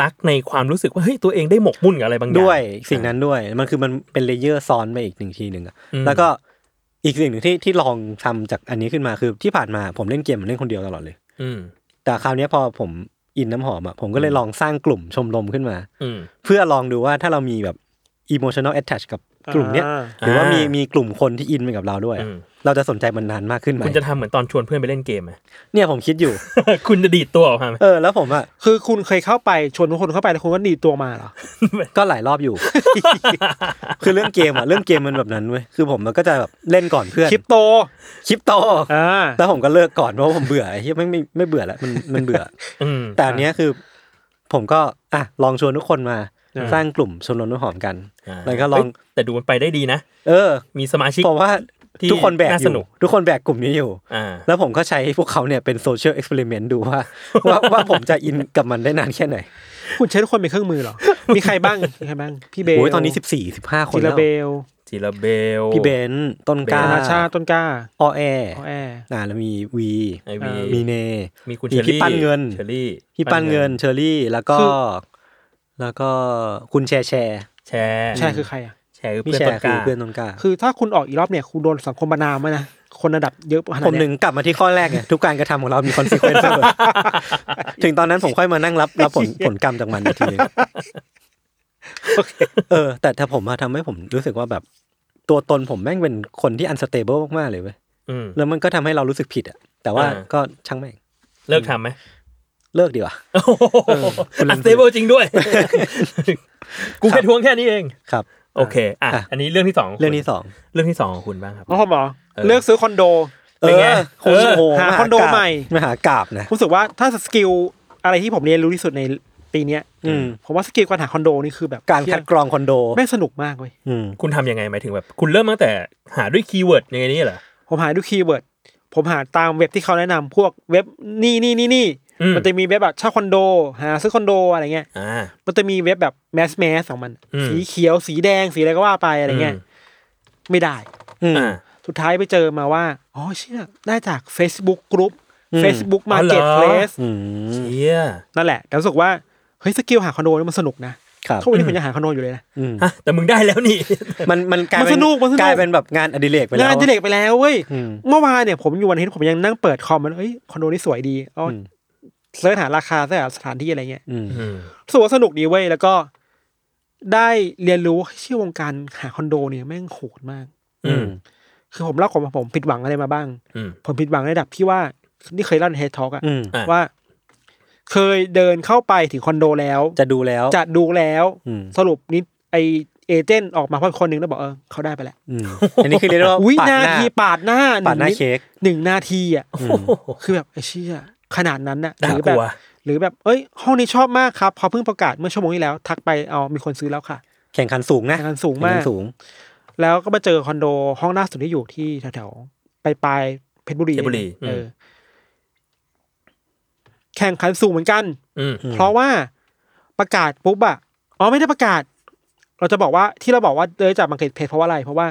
Speaker 1: รักในความรู้สึกว่าเฮ้ยตัวเองได้หมกมุ่นกับอะไรบางอย่าง
Speaker 2: ด้วยสิ่งนั้นด้วยมันคือมันเป็นเลเยอร์ซ้อนไปอีกหนึ่งทีหนึ่งอะ
Speaker 1: อืม
Speaker 2: แล้วก็อีกสิ่งหนึ่งที่ที่ลองทำจากอันนี้ขึ้นมาคือที่ผ่านมาผมเล่นเกมผมเล่นคนเดียวตลอดเลย
Speaker 1: อืม
Speaker 2: แต่คราวเนี้ยพอผมอินน้ำหอมอะผมก็เลยลองสร้างกลุ่มชมรมขึ้นมา
Speaker 1: อืม
Speaker 2: เพื่อลองดูว่าถ้าเรามีแบบ emotional attach กับกลุ่มเนี้ย
Speaker 3: อ่า
Speaker 2: หรือว่า
Speaker 1: อ่ามี
Speaker 2: มีมีกลุ่มคนที่อินไปกับเราด้วยอะ
Speaker 1: อืม
Speaker 2: เราจะสนใจมันนานมากขึ้นไหม
Speaker 1: คุณจะทำเหมือนตอนชวนเพื่อนไปเล่นเกมไหม
Speaker 2: เนี่ยผมคิดอยู่
Speaker 1: คุณจะดีดตัวออกมาไหม
Speaker 2: เออแล้วผมอะ
Speaker 3: คือคุณเคยเข้าไปชวนทุกคนเข้าไปแล้วคุณก็หนีตัวมาเหรอ
Speaker 2: ก็หลายรอบอยู่ คือเรื่องเกมอะเรื่องเกมมันแบบนั้นเว้ยคือผมมันก็จะแบบเล่นก่อนเพื่อน
Speaker 3: คริปโต
Speaker 2: คลิปโต
Speaker 3: อ่า
Speaker 2: แล้วผมก็เลิกก่อนเพราะว่าผมเบื่อไอ้ที่ไม่ไม่ไม่เบื่อแล้วมันมัน เบื่อ
Speaker 1: อืม
Speaker 2: แต่อันเนี้ยคือ ผมก็อ่ะลองชวนทุกคนมา
Speaker 3: อ่า
Speaker 2: สร้างกลุ่มชมรมน้ำหอมกัน
Speaker 1: อ่า
Speaker 2: แล้วก็ลอง
Speaker 1: เยแต่ดูมันไปได้ดีนะ
Speaker 2: เออ
Speaker 1: มีสมาชิก
Speaker 2: ผมว่า
Speaker 1: ที่
Speaker 2: ทุกคนแบก
Speaker 1: น่า
Speaker 2: อ
Speaker 1: ส
Speaker 2: ยู่
Speaker 1: นุก
Speaker 2: ทุกคนแบกกลุ่มนี้อยู่
Speaker 1: อ่า
Speaker 2: แล้วผมก็ใช้พวกเขาเนี่ยเป็นโซเชียลเอ็กซ์เพร์เมนต์ดูว่า ว่าว่าผมจะอินกับมันได้นานแค่ไหน
Speaker 3: คุณใช้ทุกคนเป็นเครื่องมือเหรอ มีใครบ้างมีใครบ้าง พี่เบล
Speaker 2: โอ้ยตอนนี้สิบสี่สิบห้าคน
Speaker 3: จิ
Speaker 2: แล้
Speaker 3: ราว เบล
Speaker 1: จิระเบล
Speaker 2: พี่เบนซ์ต้นกล้า
Speaker 3: อาณาชาติต้นกล้า
Speaker 2: ออแอ
Speaker 3: พ่อแอร์
Speaker 2: อ่าแล้วมีวี
Speaker 1: ไอวี
Speaker 2: มีเน
Speaker 1: มีคุณ
Speaker 2: มี
Speaker 1: เชอ
Speaker 2: พี่
Speaker 1: รี่
Speaker 2: ปั้นเงิน
Speaker 1: เชอรี่
Speaker 2: พี่ปันเงินเชอรี่แล้วก็ แล้วก็คุณแชร์แชร์
Speaker 1: แชร์
Speaker 3: ใช่คือใครอ่ะ
Speaker 1: แชร์คือ
Speaker 2: พี่
Speaker 1: เพื่อน
Speaker 2: แช
Speaker 1: ต้
Speaker 2: ร์
Speaker 1: นก
Speaker 2: คื
Speaker 1: ล้า
Speaker 2: อเพื่อนต้นกล้า
Speaker 3: คือถ้าคุณออกอีกรอบเนี่ยคุณโดนสังคมประนามแล้วนะ คนระดับเยอะขนาด
Speaker 2: ผมห
Speaker 3: เนี้
Speaker 2: นึ่
Speaker 3: ย
Speaker 2: งกลับมาที่ข้อแรกไงทุ กการกระทำของเรามีคอนซีเควนซ์เส มอถึงตอนนั้นผมค่อยมานั่งรับรับผลผลกรรมจากมันอีกทีห นึ่งเออ แต่ถ้าผมมาทำให้ผมรู้สึกว่าแบบ ตัวตนผมแม่งเป็นคนที่อันสเตเบิลมากๆเลยเว้ย
Speaker 1: อืม
Speaker 2: แล้วมันก็ทำให้เรารู้สึกผิดอ่ะแต่ว่า
Speaker 1: อ่า
Speaker 2: ก็ช่างแม่ง
Speaker 1: เลิกทำไหม
Speaker 2: เลิกดีกว่า
Speaker 1: อันสเตเบิลจริง ด้วย กูแค่ทวงแค่นี้เอง
Speaker 2: ครับ
Speaker 1: โอเค อ่ะ
Speaker 2: อ่ะ
Speaker 1: อันนี้เรื่องที่สองขคุณ
Speaker 2: เรื่องที่สอง
Speaker 1: เรื่องที่สองของคุณบ้างครับ
Speaker 3: น้องผมเหรอ
Speaker 1: เออ
Speaker 3: เลือกซื้อคอนโด
Speaker 1: เป็นไง
Speaker 2: ออคุณ
Speaker 1: เออ
Speaker 2: โอ้โห
Speaker 3: หาคอนโดใหม่
Speaker 2: มหากราบนะ
Speaker 3: ผมรู้สึกว่าถ้าสกิลอะไรที่ผมเรียนรู้ที่สุดในปีเนี้ย
Speaker 2: อืม
Speaker 3: ผมว่าสกิลการหาคอนโดนี่คือแบบ
Speaker 2: การคัดกรองคอนโด
Speaker 3: แม่งสนุกมากเว้ย
Speaker 2: อืม
Speaker 1: คุณทำยังไงหมายถึงแบบ คุณเริ่มตั้งแต่หาด้วยคีย์เวิร์ดยังไงนี่เหรอ
Speaker 3: ผมหาดูคีย์เวิร์ดผมหาตามเว็บที่เขาแนะนำพวกเว็บนี่นี่นี่นี่
Speaker 1: อืม
Speaker 3: มันจะมีเว็บแบบเช่าคอนโด หาซื้อคอนโดอะไรเงี้ย
Speaker 1: อ่า
Speaker 3: มันจะมีเว็บแบบแมสแมสของมัน
Speaker 1: อืม
Speaker 3: สีเขียวสีแดงสีอะไรก็ว่าไปอะไรเงี้ยไม่ได้
Speaker 2: อืม
Speaker 1: อ่า
Speaker 3: สุดท้ายไปเจอมาว่า อ๋อเชื่อได้จาก Facebook กรุ๊ป
Speaker 2: อืม
Speaker 3: Facebook
Speaker 1: อ๋อเหรอ
Speaker 3: Marketplace
Speaker 2: อื
Speaker 1: เช
Speaker 2: มี่
Speaker 1: ย
Speaker 3: นั่นแหละแต่รู้สึกว่า เฮ้ย สกิลหาคอนโดนี่มันสนุกนะครับ ทุกวันนี้ผมยังหาคอนโดอยู่เลยนะ
Speaker 2: อืม
Speaker 1: ฮะแต่มึงได้แล้วนี่
Speaker 2: มันมันกลายเป็
Speaker 3: มันสนุกมันสนุก
Speaker 2: กลายเป็นแบบงานอดิเรกไปแล้ว
Speaker 3: งาน
Speaker 2: อะ
Speaker 3: เจเด็กไปแล้วเว้ย
Speaker 2: อืม
Speaker 3: เมื่อวานเนี่ยผมอยู่วันอาที่ผมยังนั่งเปิดคอมมันเอ้ยคอนโดนี่สวยดีเอา
Speaker 2: อืม
Speaker 3: เสิร์ชหาราคาเสิร์ชหาสถานที่อะไรเงี้ย
Speaker 2: อืม
Speaker 1: อืม
Speaker 3: รู้สึกว่าสนุกดีเว้ยแล้วก็ได้เรียนรู้ชื่อวงการหาคอนโดเนี่ยแม่งโหดมาก
Speaker 1: อืม
Speaker 3: คือผมเล่าของผมผิดหวังอะไรมาบ้าง
Speaker 1: อืม
Speaker 3: ผมผิดหวังในระดับที่ว่านี่เคยเล่าในเฮดท็อกอะ
Speaker 2: อืม
Speaker 1: อ่ะ
Speaker 3: ว่า เคยเดินเข้าไปถึงคอนโดแล้ว
Speaker 2: จะดูแล้ว
Speaker 3: จะดูแล้ว
Speaker 2: อืม
Speaker 3: สรุปนิดไอเอเจนต์ออกมาพร้อมคนหนึงแล้วบอกเออเขาได้ไปแล้ว
Speaker 2: อืมอันนี้คือเรีย กว่า
Speaker 3: วิ
Speaker 2: ปาด
Speaker 3: นา
Speaker 2: หน้า
Speaker 3: ทีปาดหน้า
Speaker 2: ปาดหน้า
Speaker 3: นึ่ง
Speaker 2: เค้ก
Speaker 3: หนึ่งนาทีอ่ะ
Speaker 2: อืม
Speaker 3: คือแบบไอ้เชี่ยขนาดนั้นน่ะห
Speaker 1: ด่า
Speaker 3: รือก แบบ
Speaker 1: ลัว
Speaker 3: หรือแบบเอ้ย ห้องนี้ชอบมากครับ พอเพิ่งประกาศเมื่อชั่วโมงที่แล้ว ทักไปเอามีคนซื้อแล้วค่ะ
Speaker 2: แข่งขันสูงนะ
Speaker 3: ราคาสูง
Speaker 2: แข่ง
Speaker 3: มา
Speaker 2: ขัน
Speaker 3: ก
Speaker 2: สูง
Speaker 3: แล้วก็มาเจอคอนโดห้องล่าสุดที่อยู่ที่แถวๆปลายปลายๆเพชรบุรี
Speaker 1: เพชรบุรี
Speaker 3: เอออ
Speaker 1: ม
Speaker 3: แข่งขันสูงเหมือนกัน
Speaker 1: อืม
Speaker 3: เพราะว่าประกาศปุ๊บอะอ๋อไม่ได้ประกาศ เราจะบอกว่าที่เราบอกว่าเลยจากมาร์เก็ตเพจเพราะว่าอะไร เพราะว่า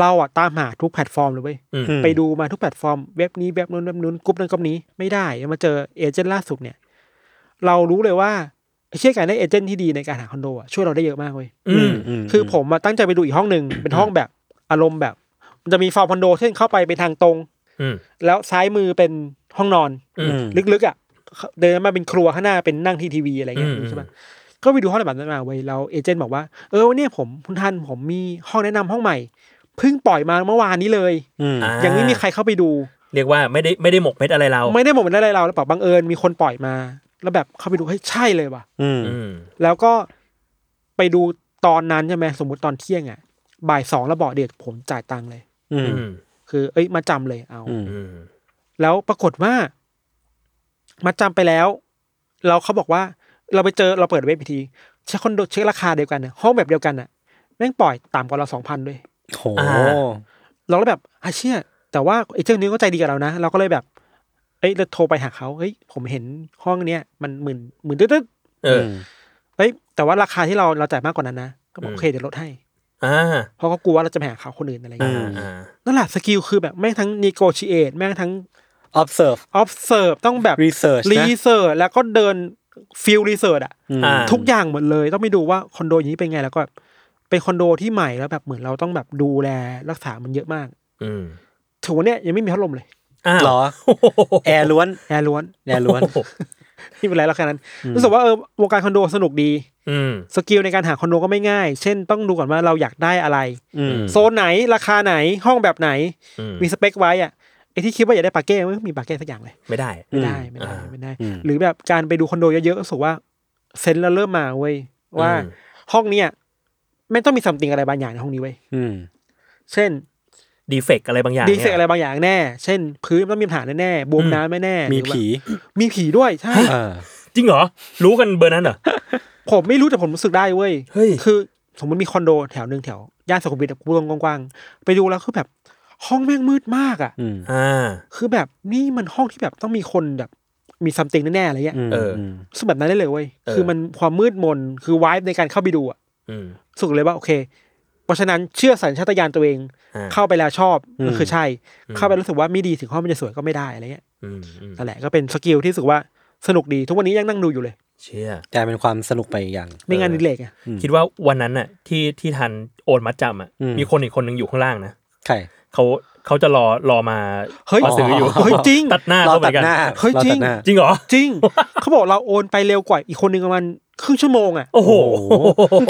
Speaker 3: เราอะตามหาทุกแพลตฟอร์มเลยเว้ย
Speaker 1: อืม
Speaker 3: ไปดูมาทุกแพลตฟอร์มเว็บนี้เว็บนู้นเว็บนู้นกรุ๊ปนั้นกรุ๊ปนี้ไม่ได้มาเจอเอเจนต์ล่าสุดเนี่ย เรารู้เลยว่าเชื่อการได้เอเจนต์ที่ดีในการหาคอนโดอะช่วยเราได้เยอะมากเว้ย
Speaker 1: อืม
Speaker 2: อืม
Speaker 3: คือผมอะตั้งใจไปดูอีกห้องหนึ่ง เป็นห้องแบบอารมณ์แบบ มันจะมีฟอร์มคอนโดเช่นเข้าไปเป็นทางตรง
Speaker 1: อืม
Speaker 3: แล้วซ้ายมือเป็นห้องนอน
Speaker 1: อืม
Speaker 3: ลึกๆอ่ะเดินมาเป็นครัวข้างหน้าเป็นนั่งที่ทีวีอะไรเงี้ย
Speaker 1: อืม
Speaker 3: ใช่ปะก็ไปดูห้องแบบนั้นมาเว้ยแล้วเอเจนต์บอกว่าเออวันเนี้ยผมคุณทันผมมีห้องแนะนำห้องใหม่เพิ่งปล่อยมาเมื่อวานนี้เลย
Speaker 2: อืม
Speaker 1: อ่า
Speaker 3: ยังไม่มีใครเข้าไปดู
Speaker 1: เรียกว่าไม่ได้ไม่ได้หมกเม็ดอะไรเรา
Speaker 3: ไม่ได้หมดเป็นอะไรเราแล้วแบบบังเอิญมีคนปล่อยมา แล้วแบบเข้าไปดูเฮ้ยใช่เลยว่ะ
Speaker 2: อืม
Speaker 1: อืม
Speaker 3: แล้วก็ไปดูตอนนั้นใช่ไหมสมมติตอนเที่ยงอ่ะบ่ายสองแล้วบอกเด็กผมจ่ายตังค์เลย
Speaker 2: อืม
Speaker 1: อืม
Speaker 3: คือ เอ้ยมาจำเลยเอา
Speaker 2: อืม
Speaker 1: อืม
Speaker 3: แล้วปรากฏว่า มาจำไปแล้ว เราเขาบอกว่า เราไปเจอเราเปิดเว็บอีกทีเช็คคอนโดเช็คราคาเดียวกันน่ะห้องแบบเดียวกันน่ะแม่งปล่อยต่ำกว่าเราสองพันด้วย
Speaker 2: โห
Speaker 3: เราก็แบบอาเชี่ยแต่ว่าไอ้เจ้านี้ก็ใจดีกับเรานะ เราก็เลยแบบ เอ้ยเราโทรไปหาเขาเฮ้ยผมเห็นห้องเนี้ยมันหมื่นหมื่นตึ๊ด
Speaker 1: เออ
Speaker 3: ๆเอ้ยแต่ว่าราคาที่เราเราจ่ายมากกว่านั้นนะก็บอก
Speaker 1: อืม
Speaker 3: โอเคเดี๋ยวลดให้
Speaker 1: อ่า
Speaker 3: เพราะเขากลัวว่าเราจะไปหาเขาคนอื่นอะไรอย่าง
Speaker 1: อ่า
Speaker 3: เงี้ย
Speaker 1: อ่า
Speaker 3: นั่นแหละสกิลคือแบบแม่งทั้ง negotiate แม่งทั้ง
Speaker 2: observe
Speaker 3: observe ต้องแบบ
Speaker 2: research นะ
Speaker 3: research แล้วก็เดิน field research อะ
Speaker 2: อืม
Speaker 1: อ่า
Speaker 3: ทุกอย่างหมดเลย ต้องไปดูว่าคอนโดอย่างนี้เป็นไงแล้วก็แบบเป็นคอนโดที่ใหม่แล้วแบบเหมือนเราต้องแบบดูแลรักษามันเยอะมาก
Speaker 1: อืม
Speaker 3: ถึงวันเนี้ยยังไม่มีพัดลมเลย
Speaker 1: อ้าว
Speaker 2: เหรอ แอร์ล้วน
Speaker 3: แอร์ล้วน
Speaker 2: แอร์ล้วน
Speaker 3: ที่เป็นไรแล้วแค่นั้น รู้สึกว่าเออวงการคอนโดสนุกดี
Speaker 1: อืม
Speaker 3: สกิลในการหาคอนโดก็ไม่ง่าย เช่นต้องดูก่อนว่าเราอยากได้อะไร
Speaker 2: อืม
Speaker 3: โซนไหนราคาไหนห้องแบบไหน
Speaker 1: อืม
Speaker 3: มีสเปคไว้อะไอที่คิดว่าอยากได้ปาเก้ไม่มีปาเก้สักอย่างเลย
Speaker 1: ไม่ได้
Speaker 3: ไม่ได้
Speaker 1: อืม
Speaker 3: ไม่ได้
Speaker 1: อ่า
Speaker 3: ไม่ได้
Speaker 2: อืม
Speaker 3: หรือแบบการไปดูคอนโดเยอะๆก็รู้สึกว่าเซนส์เราเริ่มมาเว้ยว่า
Speaker 1: อืม
Speaker 3: ห้องเนี้ยไม่งต้องมีสัมติงอะไรบางอย่างในห้องนี้เว้ย
Speaker 2: อืม
Speaker 3: เช่น
Speaker 1: ดีเฟกอะไรบางอย่าง
Speaker 3: ดี
Speaker 1: นี่ย
Speaker 3: เซกอะไรบางอย่างแน่ เช่น พื้นมันต้องมีปัญหาแน่ๆบวม
Speaker 1: อืม
Speaker 3: น้ำแน่ๆ
Speaker 2: มี
Speaker 3: หรือว่า
Speaker 2: ผี
Speaker 3: มีผีด้วยใช่
Speaker 2: เออ
Speaker 1: จริงเหรอ รู้กันเบอร์นั้นเหรอ
Speaker 3: ผมไม่รู้แต่ผมรู้สึกได้เว้ย
Speaker 1: เฮ้ย
Speaker 3: คือสมมติมีคอนโดแถวหนึ่งแถวย่านสุขุมวิทอะกูลงกว้างๆไปดูแล้วคือแบบห้องแม่งมืดมากอ่ะ
Speaker 2: อืม
Speaker 1: อ่า
Speaker 3: คือแบบนี่มันห้องที่แบบต้องมีคนแบบมีซัมติงแน่ๆอะไรเงี้ย
Speaker 2: ม
Speaker 1: เอออื
Speaker 2: ม
Speaker 3: ซึ่งแบบนั้นได้เลยเว้ย
Speaker 1: เออ
Speaker 3: คือมันความมืดมนคือวายในการเข้าไปดูอะ
Speaker 1: อืม
Speaker 3: รู้สุกเลยว่าโอเค เพราะฉะนั้นเชื่อสัญชาตญาณตัวเอง
Speaker 1: อ่า
Speaker 3: เข้าไปแล้วชอบก็คือใช่
Speaker 1: อืม
Speaker 3: เข้าไปรู้สึกว่าไม่ดีถึงห้องมันจะสวยก็ไม่ได้อะไรเงี้ย
Speaker 1: อืมอืม
Speaker 3: นั่นแหละก็เป็นสกิลที่รู้สึกว่าสนุกดีทุกวันนี้ยังนั่งดูอยู่เลย
Speaker 1: เชี่ย
Speaker 2: กลายเป็นความสนุกไปอีกอย่าง
Speaker 3: ไม่งานอดิเล็กอะ
Speaker 2: อืม
Speaker 1: คิดว่าวันนั้นน่ะ ที่ที่ทันโอนมัดจำอ่ะ
Speaker 2: อืม
Speaker 1: มีคนอีกคนหนึ่งอยู่ข้างล่างนะ
Speaker 2: ใคร
Speaker 1: เขาเขาจะรอรอมา
Speaker 3: เฮ้ย
Speaker 1: ขอซื้ออยู่
Speaker 3: เฮ้ยจริง
Speaker 1: ตัดหน้า
Speaker 2: เรา
Speaker 1: เขาเหมือ
Speaker 2: ตัด
Speaker 1: นกัน
Speaker 2: หน้า
Speaker 3: เฮ้ย
Speaker 2: รา
Speaker 3: จริ
Speaker 2: ตั
Speaker 3: ง
Speaker 2: ดหน้า
Speaker 1: จริงเหรอ
Speaker 3: จริง เขาบอกเราโอนไปเร็วกว่าอีกคนหนึ่งประมาณครึ่งชั่วโมงอะ
Speaker 1: โอ้โห
Speaker 2: โอ้โห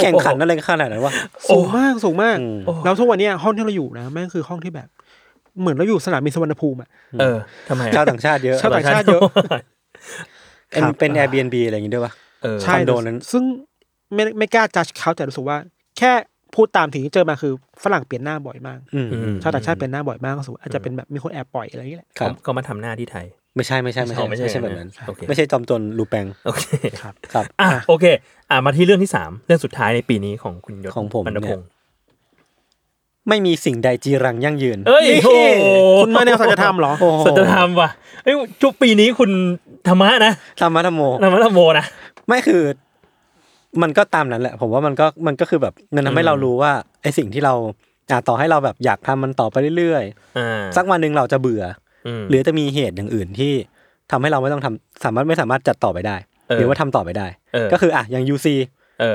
Speaker 2: แข่งขันอะไรขนาดนั้นวะ
Speaker 3: สูงมากสูงมาก
Speaker 2: อืม
Speaker 3: แล้วทุกวันเนี้ยห้องที่เราอยู่นะแม่งคือห้องที่แบบ เหมือนเราอยู่สนามบินสุวรรณภูมิอะ
Speaker 1: เออทำไมอะ
Speaker 2: ชาวต่างชาติเยอะ
Speaker 3: ชาวต่างชาติเยอะ
Speaker 2: เป็นเป็น Airbnb อะไรอย่างงี้ด้วยปะ
Speaker 1: เออ
Speaker 3: ใช่
Speaker 2: คอนโดนั้น
Speaker 3: ซึ่งไม่ไม่กล้าจัดเขาแต่รู้สึกว่า แค่พูดตามถึงที่เจอมาคือฝรั่งเปลี่ยนหน้าบ่อยมาก
Speaker 2: อืม
Speaker 1: อืม
Speaker 3: ชาวต่างชาติเป็นหน้าบ่อยมากก็สูอาจจะเป็นแบบมีคนแอบปล่อยอะไรอย่างเงี้ยแหละ
Speaker 2: ครับ
Speaker 1: เขามาทำหน้าที่ไทย
Speaker 2: ไม่ใช่ไม่ใช่ไม่ใช่
Speaker 1: ไม่ใช่
Speaker 2: ไม่ใช่แบบนั้น
Speaker 1: โอเค
Speaker 2: ไม่ใช่จอมโจรลูแปง
Speaker 1: โอเค
Speaker 3: ครับ
Speaker 2: ครับ
Speaker 1: อ่ะโอเค อ่ะมาที่เรื่องที่สามเรื่องสุดท้ายในปีนี้ของคุณยศ
Speaker 2: ของผม
Speaker 1: บรรณพงษ์
Speaker 2: เนี่ย ไม่มีสิ่งใดจีรังยั่งยืน
Speaker 1: เอ้ย
Speaker 3: นี่
Speaker 1: โอ้โห
Speaker 3: คุณมาแนวสัจธรรมเหรอ
Speaker 2: โอ้โห
Speaker 1: สัจธรรมว่ะเอ้ยช่วงปีนี้คุณธรรมะนะ
Speaker 2: ธรรมะธรรมโม
Speaker 1: ธรรมะธรรมโมนะ
Speaker 2: ไม่คือ มันก็ตามนั้นแหละ ผมว่ามันก็มันก็คือแบบมันทำให้
Speaker 1: อืม
Speaker 2: เรารู้ว่าไอ้สิ่งที่เราอ่ะต่อให้เราแบบอยากทำมันต่อไปเรื่อย
Speaker 1: อ่า
Speaker 2: ๆ สักวันหนึ่งเราจะเบื่ออหรือจะมีเหตุอย่างอื่นที่ทำให้เราไม่ต้องทำสามารถไม่สามารถจัดต่อไปได้ หรือว่าทำต่อไปได้
Speaker 1: ก็
Speaker 2: ก็คืออ่ะอย่าง UC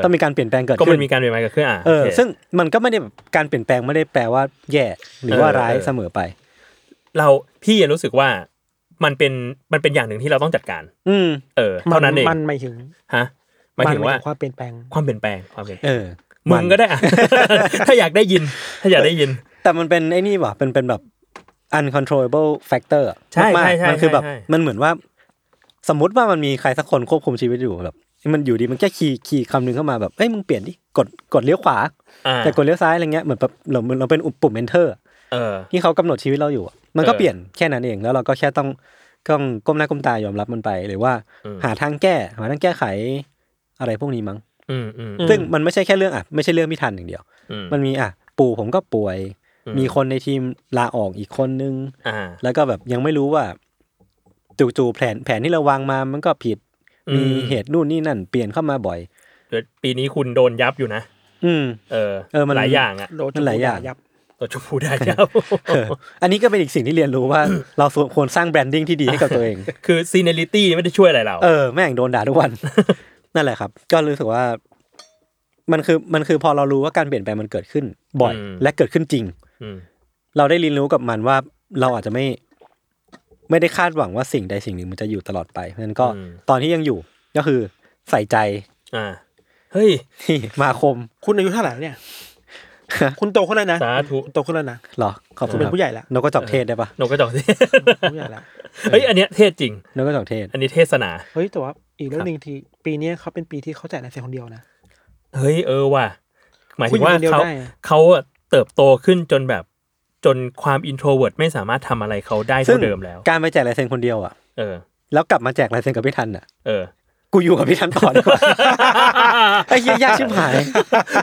Speaker 2: ต้องมีการเปลี่ยนแปลงเกิด
Speaker 1: ก็
Speaker 2: ขึ้
Speaker 1: มัน
Speaker 2: น
Speaker 1: มีการเปลี่ยนแปลงเกิดขึ้นอ่ะ
Speaker 2: เออ
Speaker 1: โค
Speaker 2: ซึ่งมันก็ไม่ได้แบบการเปลี่ยนแปลงไม่ได้แปลว่าแย่หรือว่า
Speaker 1: เออ
Speaker 2: ร้าย
Speaker 1: เออ
Speaker 2: เสมอไป
Speaker 1: เราพี่ยังรู้สึกว่ามันเป็นมันเป็นอย่างหนึ่งที่เราต้องจัดการ
Speaker 2: อืม
Speaker 1: เออเท่านั้นเอง
Speaker 3: มันหมายถึง
Speaker 1: ฮะหมายถึงว่า
Speaker 3: ความเปลี่ยนแปลง
Speaker 1: ความเปลี่ยนแปลงความเปลี่ยนแปลง
Speaker 2: เออ
Speaker 1: มึงก็ได้อะ ถ้าอยากได้ยิน ถ้าอยากได้ยิน
Speaker 2: แต่มันเป็นไอ้นี่ว่ะเป็นเป็นแบบ uncontrollable factor อะ
Speaker 1: ใช่
Speaker 2: มาก
Speaker 1: ใช่
Speaker 2: ๆ
Speaker 1: ใช่
Speaker 2: มันคือแบบ
Speaker 1: ใช่ใช่
Speaker 2: มันเหมือนว่า สมมติว่ามันมีใครสักคนควบคุมชีวิตอยู่แบบมันอยู่ดีมันแค่ขี่ขี่คำหนึงเข้ามาแบบเอ้ยมึงเปลี่ยนดิกดกดเลี้ยวขวา
Speaker 1: อ่า
Speaker 2: แต่กดเลี้ยวซ้ายอะไรเงี้ยเหมือนแบบเราเราเราเป็นอุปปุ่มเอนเตอร์
Speaker 1: เออ
Speaker 2: ที่เขากำหนดชีวิตเราอยู่อะมันก็
Speaker 1: เออ
Speaker 2: เปลี่ยนแค่นั้นเองแล้วเราก็แค่ต้องต้องก้มหน้าก้มตายอมรับมันไป หรือว่า
Speaker 1: อืม
Speaker 2: หาทางแก้หาทางแก้ไขอะไรพวกนี้มั้ง
Speaker 1: อืมอืม
Speaker 2: ซึ่งมันไม่ใช่แค่เรื่องอ่ะไม่ใช่เรื่องพิธันอย่างเดียว
Speaker 1: อืม
Speaker 2: มันมีอ่ะปู่ผมก็ป่วย
Speaker 1: อืม
Speaker 2: มีคนในทีมลาออกอีกคนนึง
Speaker 1: อ่า
Speaker 2: แล้วก็แบบยังไม่รู้ว่าจู่ๆแผนแผนที่เราวางมามันก็ผิด
Speaker 1: อืม
Speaker 2: มีเหตุนู่นนี่นั่น เปลี่ยนเข้ามาบ่อย
Speaker 1: เดี๋ยวปีนี้คุณโดนยับอยู่นะ
Speaker 2: อืม
Speaker 1: เออ
Speaker 2: เออมัน
Speaker 1: หลายอย่างอ่ะ
Speaker 3: โดน
Speaker 2: นั่นหลายอย่าง
Speaker 3: ยับ
Speaker 1: ตัวชมพูได้ยับ
Speaker 2: เอออันนี้ก็เป็นอีกสิ่งที่เรียนรู้ว่า เราควรสร้างแบรนดิ้งที่ดีให้กับตัวเอง
Speaker 1: คือซีเนลิตี้ไม่ได้ช่วยอะไรเรา
Speaker 2: เออแม่งโดนด่าทุกวัน นั่นแหละครับ ก็รู้สึกว่า มันคือมันคือพอเรารู้ว่าการเปลี่ยนแปลงมันเกิดขึ้น บ่อย และเกิดขึ้นจริง
Speaker 1: ม
Speaker 2: เราได้เรียนรู้กับมันว่าเราอาจจะไม่ ไม่ได้คาดหวังว่าสิ่งใดสิ่งหนึ่งมันจะอยู่ตลอดไปเพราะฉะนั้นก็ตอนที่ยังอยู่ก็คือใส่ใจ
Speaker 1: อ่าเฮ้ย
Speaker 2: ที่มาคม
Speaker 3: คุณอายุเท่าไหร่แล้วเนี่ย
Speaker 2: ฮะ
Speaker 3: คุณโตขึ้นแล้วนะ
Speaker 1: สาธุ
Speaker 3: คุณโตขึ้นแล้วนะ
Speaker 2: เหรอขอบคุณ
Speaker 3: เป็
Speaker 2: ค
Speaker 3: น
Speaker 2: รับ
Speaker 3: ผู้ใหญ่แล้ว
Speaker 2: นกกระจอกเทศได้ปะ
Speaker 1: นกกระจอกเทศ
Speaker 3: ผู้ใหญ่แล้ว
Speaker 1: เฮ้ยอันเนี้ยเทศจริง
Speaker 2: นกกระจอกเทศ
Speaker 1: อันนี้เทศนา
Speaker 3: เฮ้ยแต่ว่าอีกเรื่องหนึ่งที่ปีเนี้ยเขาเป็นปีที่เขาแจกหนังสือคนเดียวนะ
Speaker 1: เฮ้ยเออว่ะหมายถึงว่า
Speaker 3: คุยอยู่คนเดียว
Speaker 1: เขา
Speaker 3: ได้อะ
Speaker 1: เขาอะเติบโตขึ้นจนแบบจนความอินโทรเวิร์ตไม่สามารถทำอะไรเขาได้
Speaker 2: ซึ่
Speaker 1: เท่าง เดิมแล้ว
Speaker 2: การไปแจกลายเซ็นคนเดียวอ่ะ
Speaker 1: เออ
Speaker 2: แล้วกลับมาแจกลายเซ็นกับพี่ทันอ่ะ
Speaker 1: เออ
Speaker 2: กูอยู่กับพี่ทันต่อดีกว่า ไอ้เหี้ยยากชิบหาย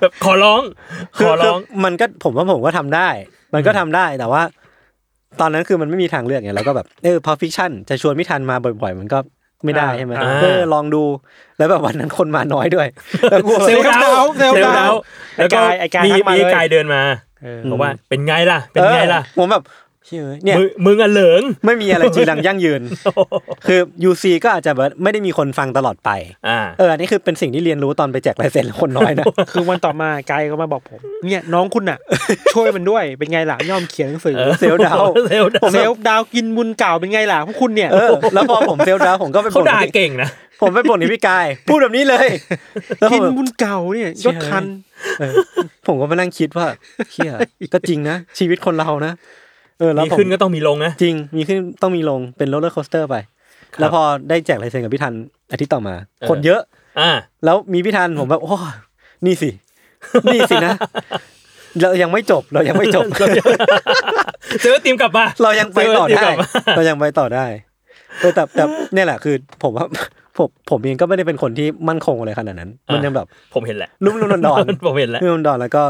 Speaker 1: แบบขอร้อง ข
Speaker 2: คือ
Speaker 1: อ
Speaker 2: คื
Speaker 1: ร้
Speaker 2: อ
Speaker 1: อง
Speaker 2: มันก็ผมว่าผมก็ทำได้ มันก็ทำได้แต่ว่า ตอนนั้นคือมันไม่มีทางเลือกไงแล้วก็แบบเออพอฟิกชั่นจะชวนพี่ทันมาบ่อย ๆ มันก็ไม่ได้ใช่ไหม
Speaker 1: อ่า
Speaker 2: เออลองดูแล้วแบบวันนั้นคนมาน้อยด้วยแล้วกูแบบ
Speaker 3: เซลล์ดาวน์เซลล์
Speaker 1: เซลล์
Speaker 3: ดา
Speaker 1: ดาว ว
Speaker 3: น์
Speaker 1: น์แล้วก็
Speaker 3: ไอ้กาย
Speaker 1: มี
Speaker 3: ไอ้กายทักมา
Speaker 1: มี
Speaker 3: เลย
Speaker 1: กายเดินมา
Speaker 3: เออ
Speaker 1: บอกว่าเป็นไงล่ะ เป็นไงล่ะ
Speaker 2: ออผมแบบเชื่อเนี่ย
Speaker 1: มึงมึงอะเหลิง
Speaker 2: ไม่มีอะไรจีรังยั่งยื น คือ UC ก็อาจจะแบบไม่ได้มีคนฟังตลอดไป
Speaker 1: อ่า
Speaker 2: เอออันนี้คือเป็นสิ่งที่เรียนรู้ตอนไปแจกลายเซ็นคนน้อยนะ
Speaker 3: คือวันต่อมาไกลก็มาบอกผม เนี่ยน้องคุณน่ะ ช่วยมันด้วยเป็นไงล่ะยอมเขียนหนังสือ
Speaker 1: เออ
Speaker 2: เซลล์ดาวน์
Speaker 1: เซลล์ดาวน์
Speaker 3: เซลฟ์ดาวกินบุญเก่าเป็นไงล่ะพวกคุณเนี่ย
Speaker 2: เออแล้วพอผมเซลล์ดาวน์ผมก็ไป
Speaker 1: เขา
Speaker 2: บ่น
Speaker 1: ด่า
Speaker 2: ที่
Speaker 1: เก่งนะ
Speaker 2: ผมไปบ่นที่พี่กาย พูดแบบนี้เลย แล้วผ
Speaker 3: กิ
Speaker 2: ม
Speaker 3: น
Speaker 2: แบบ
Speaker 3: บุญเก่าเนี่ยยศคัน
Speaker 2: เออผมก็มานั่งคิดว่าเชี่ยก็จริงนะ ชีวิตคนเรานะเออแล้ว
Speaker 1: มี
Speaker 2: ผม
Speaker 1: ขึ้นก็ต้องมีลงนะ
Speaker 2: จริง มีขึ้นต้องมีลงเป็นโรลเลอร์โคสเตอร์ไป
Speaker 1: ครับ
Speaker 2: แล้วพอได้แจกลายเซ็นกับพี่ทันอาทิตย์ต่อมา
Speaker 1: เออ
Speaker 2: คนเยอะ
Speaker 1: อ่า
Speaker 2: แล้วมีพี่ทันผมแบบโอ้นี่สิ นี่สินะ เรายังไม่จบเรายังไม่จบ
Speaker 1: เจอทีมกลับมา
Speaker 2: เรายังไปต่อ
Speaker 1: เซ
Speaker 2: ได้
Speaker 1: ลล์ทีมกลับมา
Speaker 2: เรายังไปต่อได้เออแต่แต่เนี่ยแหละคือ ผมว่า ผมผมเองก็ไม่ได้เป็นคนที่มั่นคงอะไรขนาดนั้น มันยังแบบ
Speaker 1: ผมเห็นแหละ
Speaker 2: ลุ่มลุ่มดอนดอน
Speaker 1: ผมเห็นแล้ว
Speaker 2: ลุ่มดอนดอนแล้วก็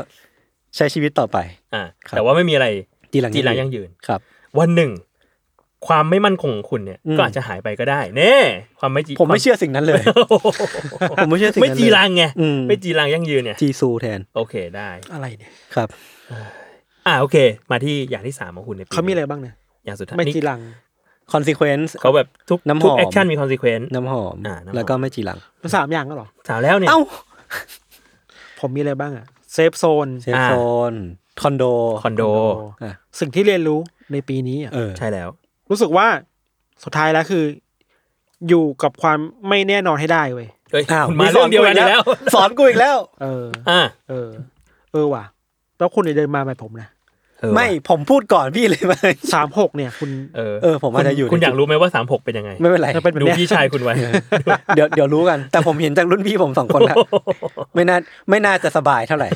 Speaker 2: ใช้ชีวิตต่อไป
Speaker 1: อ่า
Speaker 2: ครับ
Speaker 1: แต่ว่าไม่มีอะไร
Speaker 2: จีหลัง
Speaker 1: จีรังยั่งยืน
Speaker 2: ครับ
Speaker 1: วันหนึ่ง ความไม่มั่นคงของคุณเนี่ย
Speaker 2: อืม
Speaker 1: ก็อาจจะหายไปก็ได้เน่ความไม่จี
Speaker 2: ผม
Speaker 1: ค
Speaker 2: ไม่
Speaker 1: วา
Speaker 2: เชื่อสิ่งนั้นเลย ผมไม่เชื่อสิ่งนั้น
Speaker 1: ไม่จีรังไง
Speaker 2: อืม
Speaker 1: ไม่จีรังยั่งยืนเนี่ย
Speaker 2: จีซูแทน
Speaker 1: โอเคได้
Speaker 3: อะไรเนี่ย
Speaker 2: ครับ
Speaker 1: อ่าโอเค มาที่อย่างที่สามของคุณในปี
Speaker 3: เขามีอะไรบ้างเนี่ย
Speaker 1: อย่างสุดท้าย
Speaker 3: ไม่
Speaker 1: นี่
Speaker 3: จีรัง
Speaker 2: consequence
Speaker 1: เขาแบบทุก
Speaker 2: น้ำหอม
Speaker 1: ทุกแอคชั่นมีคอนซีเควน
Speaker 2: น้ำหอม
Speaker 1: อ่าน้ำหอม
Speaker 2: แล้วก็ไม่จีหลัง
Speaker 3: มันสามอย่างก็หรอ
Speaker 1: สาวแล้วเนี่ย
Speaker 2: เอ้า
Speaker 3: ผมมีอะไรบ้างอะเซฟโซน
Speaker 2: เซฟโซนคอนโด
Speaker 1: คอนโด
Speaker 2: อ่ะ
Speaker 3: สิ่งที่เรียนรู้ในปีนี้อะ
Speaker 2: เออ
Speaker 1: ใช่แล้ว
Speaker 3: รู้สึกว่าสุดท้ายแล้วคือ อยู่กับความไม่แน่นอนให้ได้เว้ย
Speaker 1: เฮ้ย
Speaker 2: อ้าว
Speaker 1: คุณมาเรื่องเดียวกันอีกแล้ว
Speaker 2: สอนกูอีกแล้ว
Speaker 3: เออ
Speaker 1: อ่า
Speaker 3: เออ เออว่ะ แล้วคุณเนี่ยเดินมาแบบผมนะ
Speaker 1: เออ
Speaker 2: ไม่ผมพูดก่อนพี่เลยไหม
Speaker 3: สามหกเนี่ย คุณ
Speaker 1: เออ
Speaker 2: เออผมอาจจะอยู่
Speaker 1: คุณคุณ
Speaker 2: ใน
Speaker 1: อยากรู้ไหมว่าสามหกเป็นยังไง
Speaker 2: ไม่เป็นไร
Speaker 3: จะเป็น
Speaker 1: ดูพี่ชายคุณไว้
Speaker 2: เดี๋ยวเดี๋ยวรู้กัน แต่ผมเห็นจากรุ่นพี่ผมสองคนละไม่น่าไม่น่าจะสบายเท่าไหร่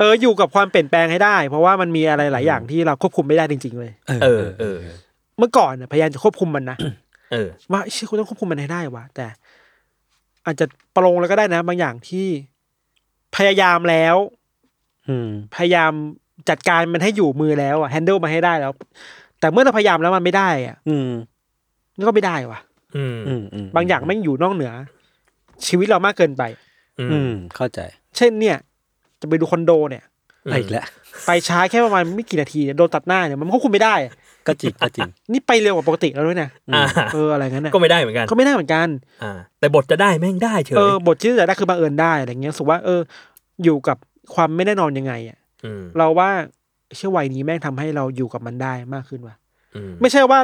Speaker 3: เอออยู่กับความเปลี่ยนแปลงให้ได้ เพราะว่ามันมีอะไรหลายอย่างที่เราควบคุมไม่ได้จริงๆเลย
Speaker 1: เออเออ
Speaker 3: เมื่อก่อนน่ะพยายามจะควบคุมมันนะ
Speaker 1: เออ
Speaker 3: ว่าเชื่อคุณต้องควบคุมมันให้ได้วะแต่ อาจจะประโลงแล้วก็ได้นะ บางอย่างที่พยายามแล้ว
Speaker 2: อืม
Speaker 3: พยายามจัดการมันให้อยู่มือแล้วอะแฮนเดิลมันให้ได้แล้ว แต่เมื่อเราพยายามแล้วมันไม่ได้อะ
Speaker 2: อืม
Speaker 3: มันก็ไม่ได้วะ
Speaker 1: อืม
Speaker 2: อืมอืม
Speaker 3: บางอย่างไม่งอยู่นอกเหนือ ชีวิตเรามากเกินไป
Speaker 1: อื
Speaker 2: อื
Speaker 1: ม
Speaker 2: ม เข้าใจ
Speaker 3: เช่นเนี่ย จะไปดูคอนโดเนี่ย
Speaker 2: อ่ะอีกแล้ว
Speaker 3: ไปช้าแค่ประมาณไม่กี่นาทีเนี่ยโดนตัดหน้าเนี่ยมันควบคุมไม่ได้อะ
Speaker 2: ก็จริงก็จริง
Speaker 3: นี่ไปเร็วกว่าปกติแล้วด้วยนะ
Speaker 1: อ่า
Speaker 3: เอออะไรงั้นน่ะ
Speaker 1: ก็ไม่ได้เหมือนกัน
Speaker 3: ก็ไม่ได้เหมือนกัน
Speaker 1: อ่า แต่บทจะได้แม่งได้เฉย
Speaker 3: เออบทที่จะได้คือบังเอิญได้อะไรเงี้ยรู้สุว่าเออ อยู่กับความไม่แน่นอนยังไงอ่ะ
Speaker 1: ม
Speaker 3: เราว่าเชื่อวัยนี้แม่งทำให้เราอยู่กับมันได้มากขึ้นว่ะ
Speaker 1: อืม
Speaker 3: ไม่ใช่ว่า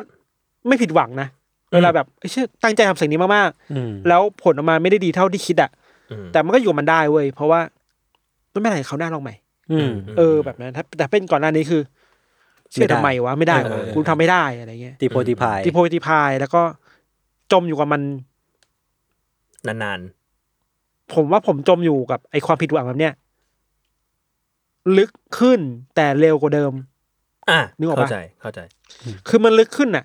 Speaker 3: ไม่ผิดหวังนะ
Speaker 1: อืม
Speaker 3: เวลาแบบเชื่อตั้งใจทำสิ่งนี้มาก
Speaker 2: อืม
Speaker 3: ๆ แล้วผลออกมาไม่ได้ดีเท่าที่คิดอ่ะ
Speaker 1: อืม
Speaker 3: แต่มันก็อยู่กับมันได้เว้ยเพราะว่าไม่เป็นไรเขาวหน้าลองใหม่
Speaker 2: อืม
Speaker 3: เออแบบนั้นถ้าแต่เป็นก่อนหน้านี้คือเชื่อ
Speaker 2: ไม่ได้
Speaker 3: ทำไมวะไม่ได้
Speaker 2: เอ
Speaker 3: วะ
Speaker 2: อ
Speaker 3: กูทำไม่ได้อะไรเงี้ย
Speaker 2: ตีโพตีพาย
Speaker 3: ติโพติพายแล้วก็จ จมอยู่กับมัน
Speaker 1: นาน
Speaker 3: ผมว่าผมจมอยู่กับไอความผิดหวังแบบเนี้ยลึกขึ้นแต่เร็วกว่าเดิม
Speaker 1: ๆ อ่ะ
Speaker 3: นึกออกปะ
Speaker 1: เข้าใจเข้าใจ
Speaker 3: คือมันลึกขึ้นน่ะ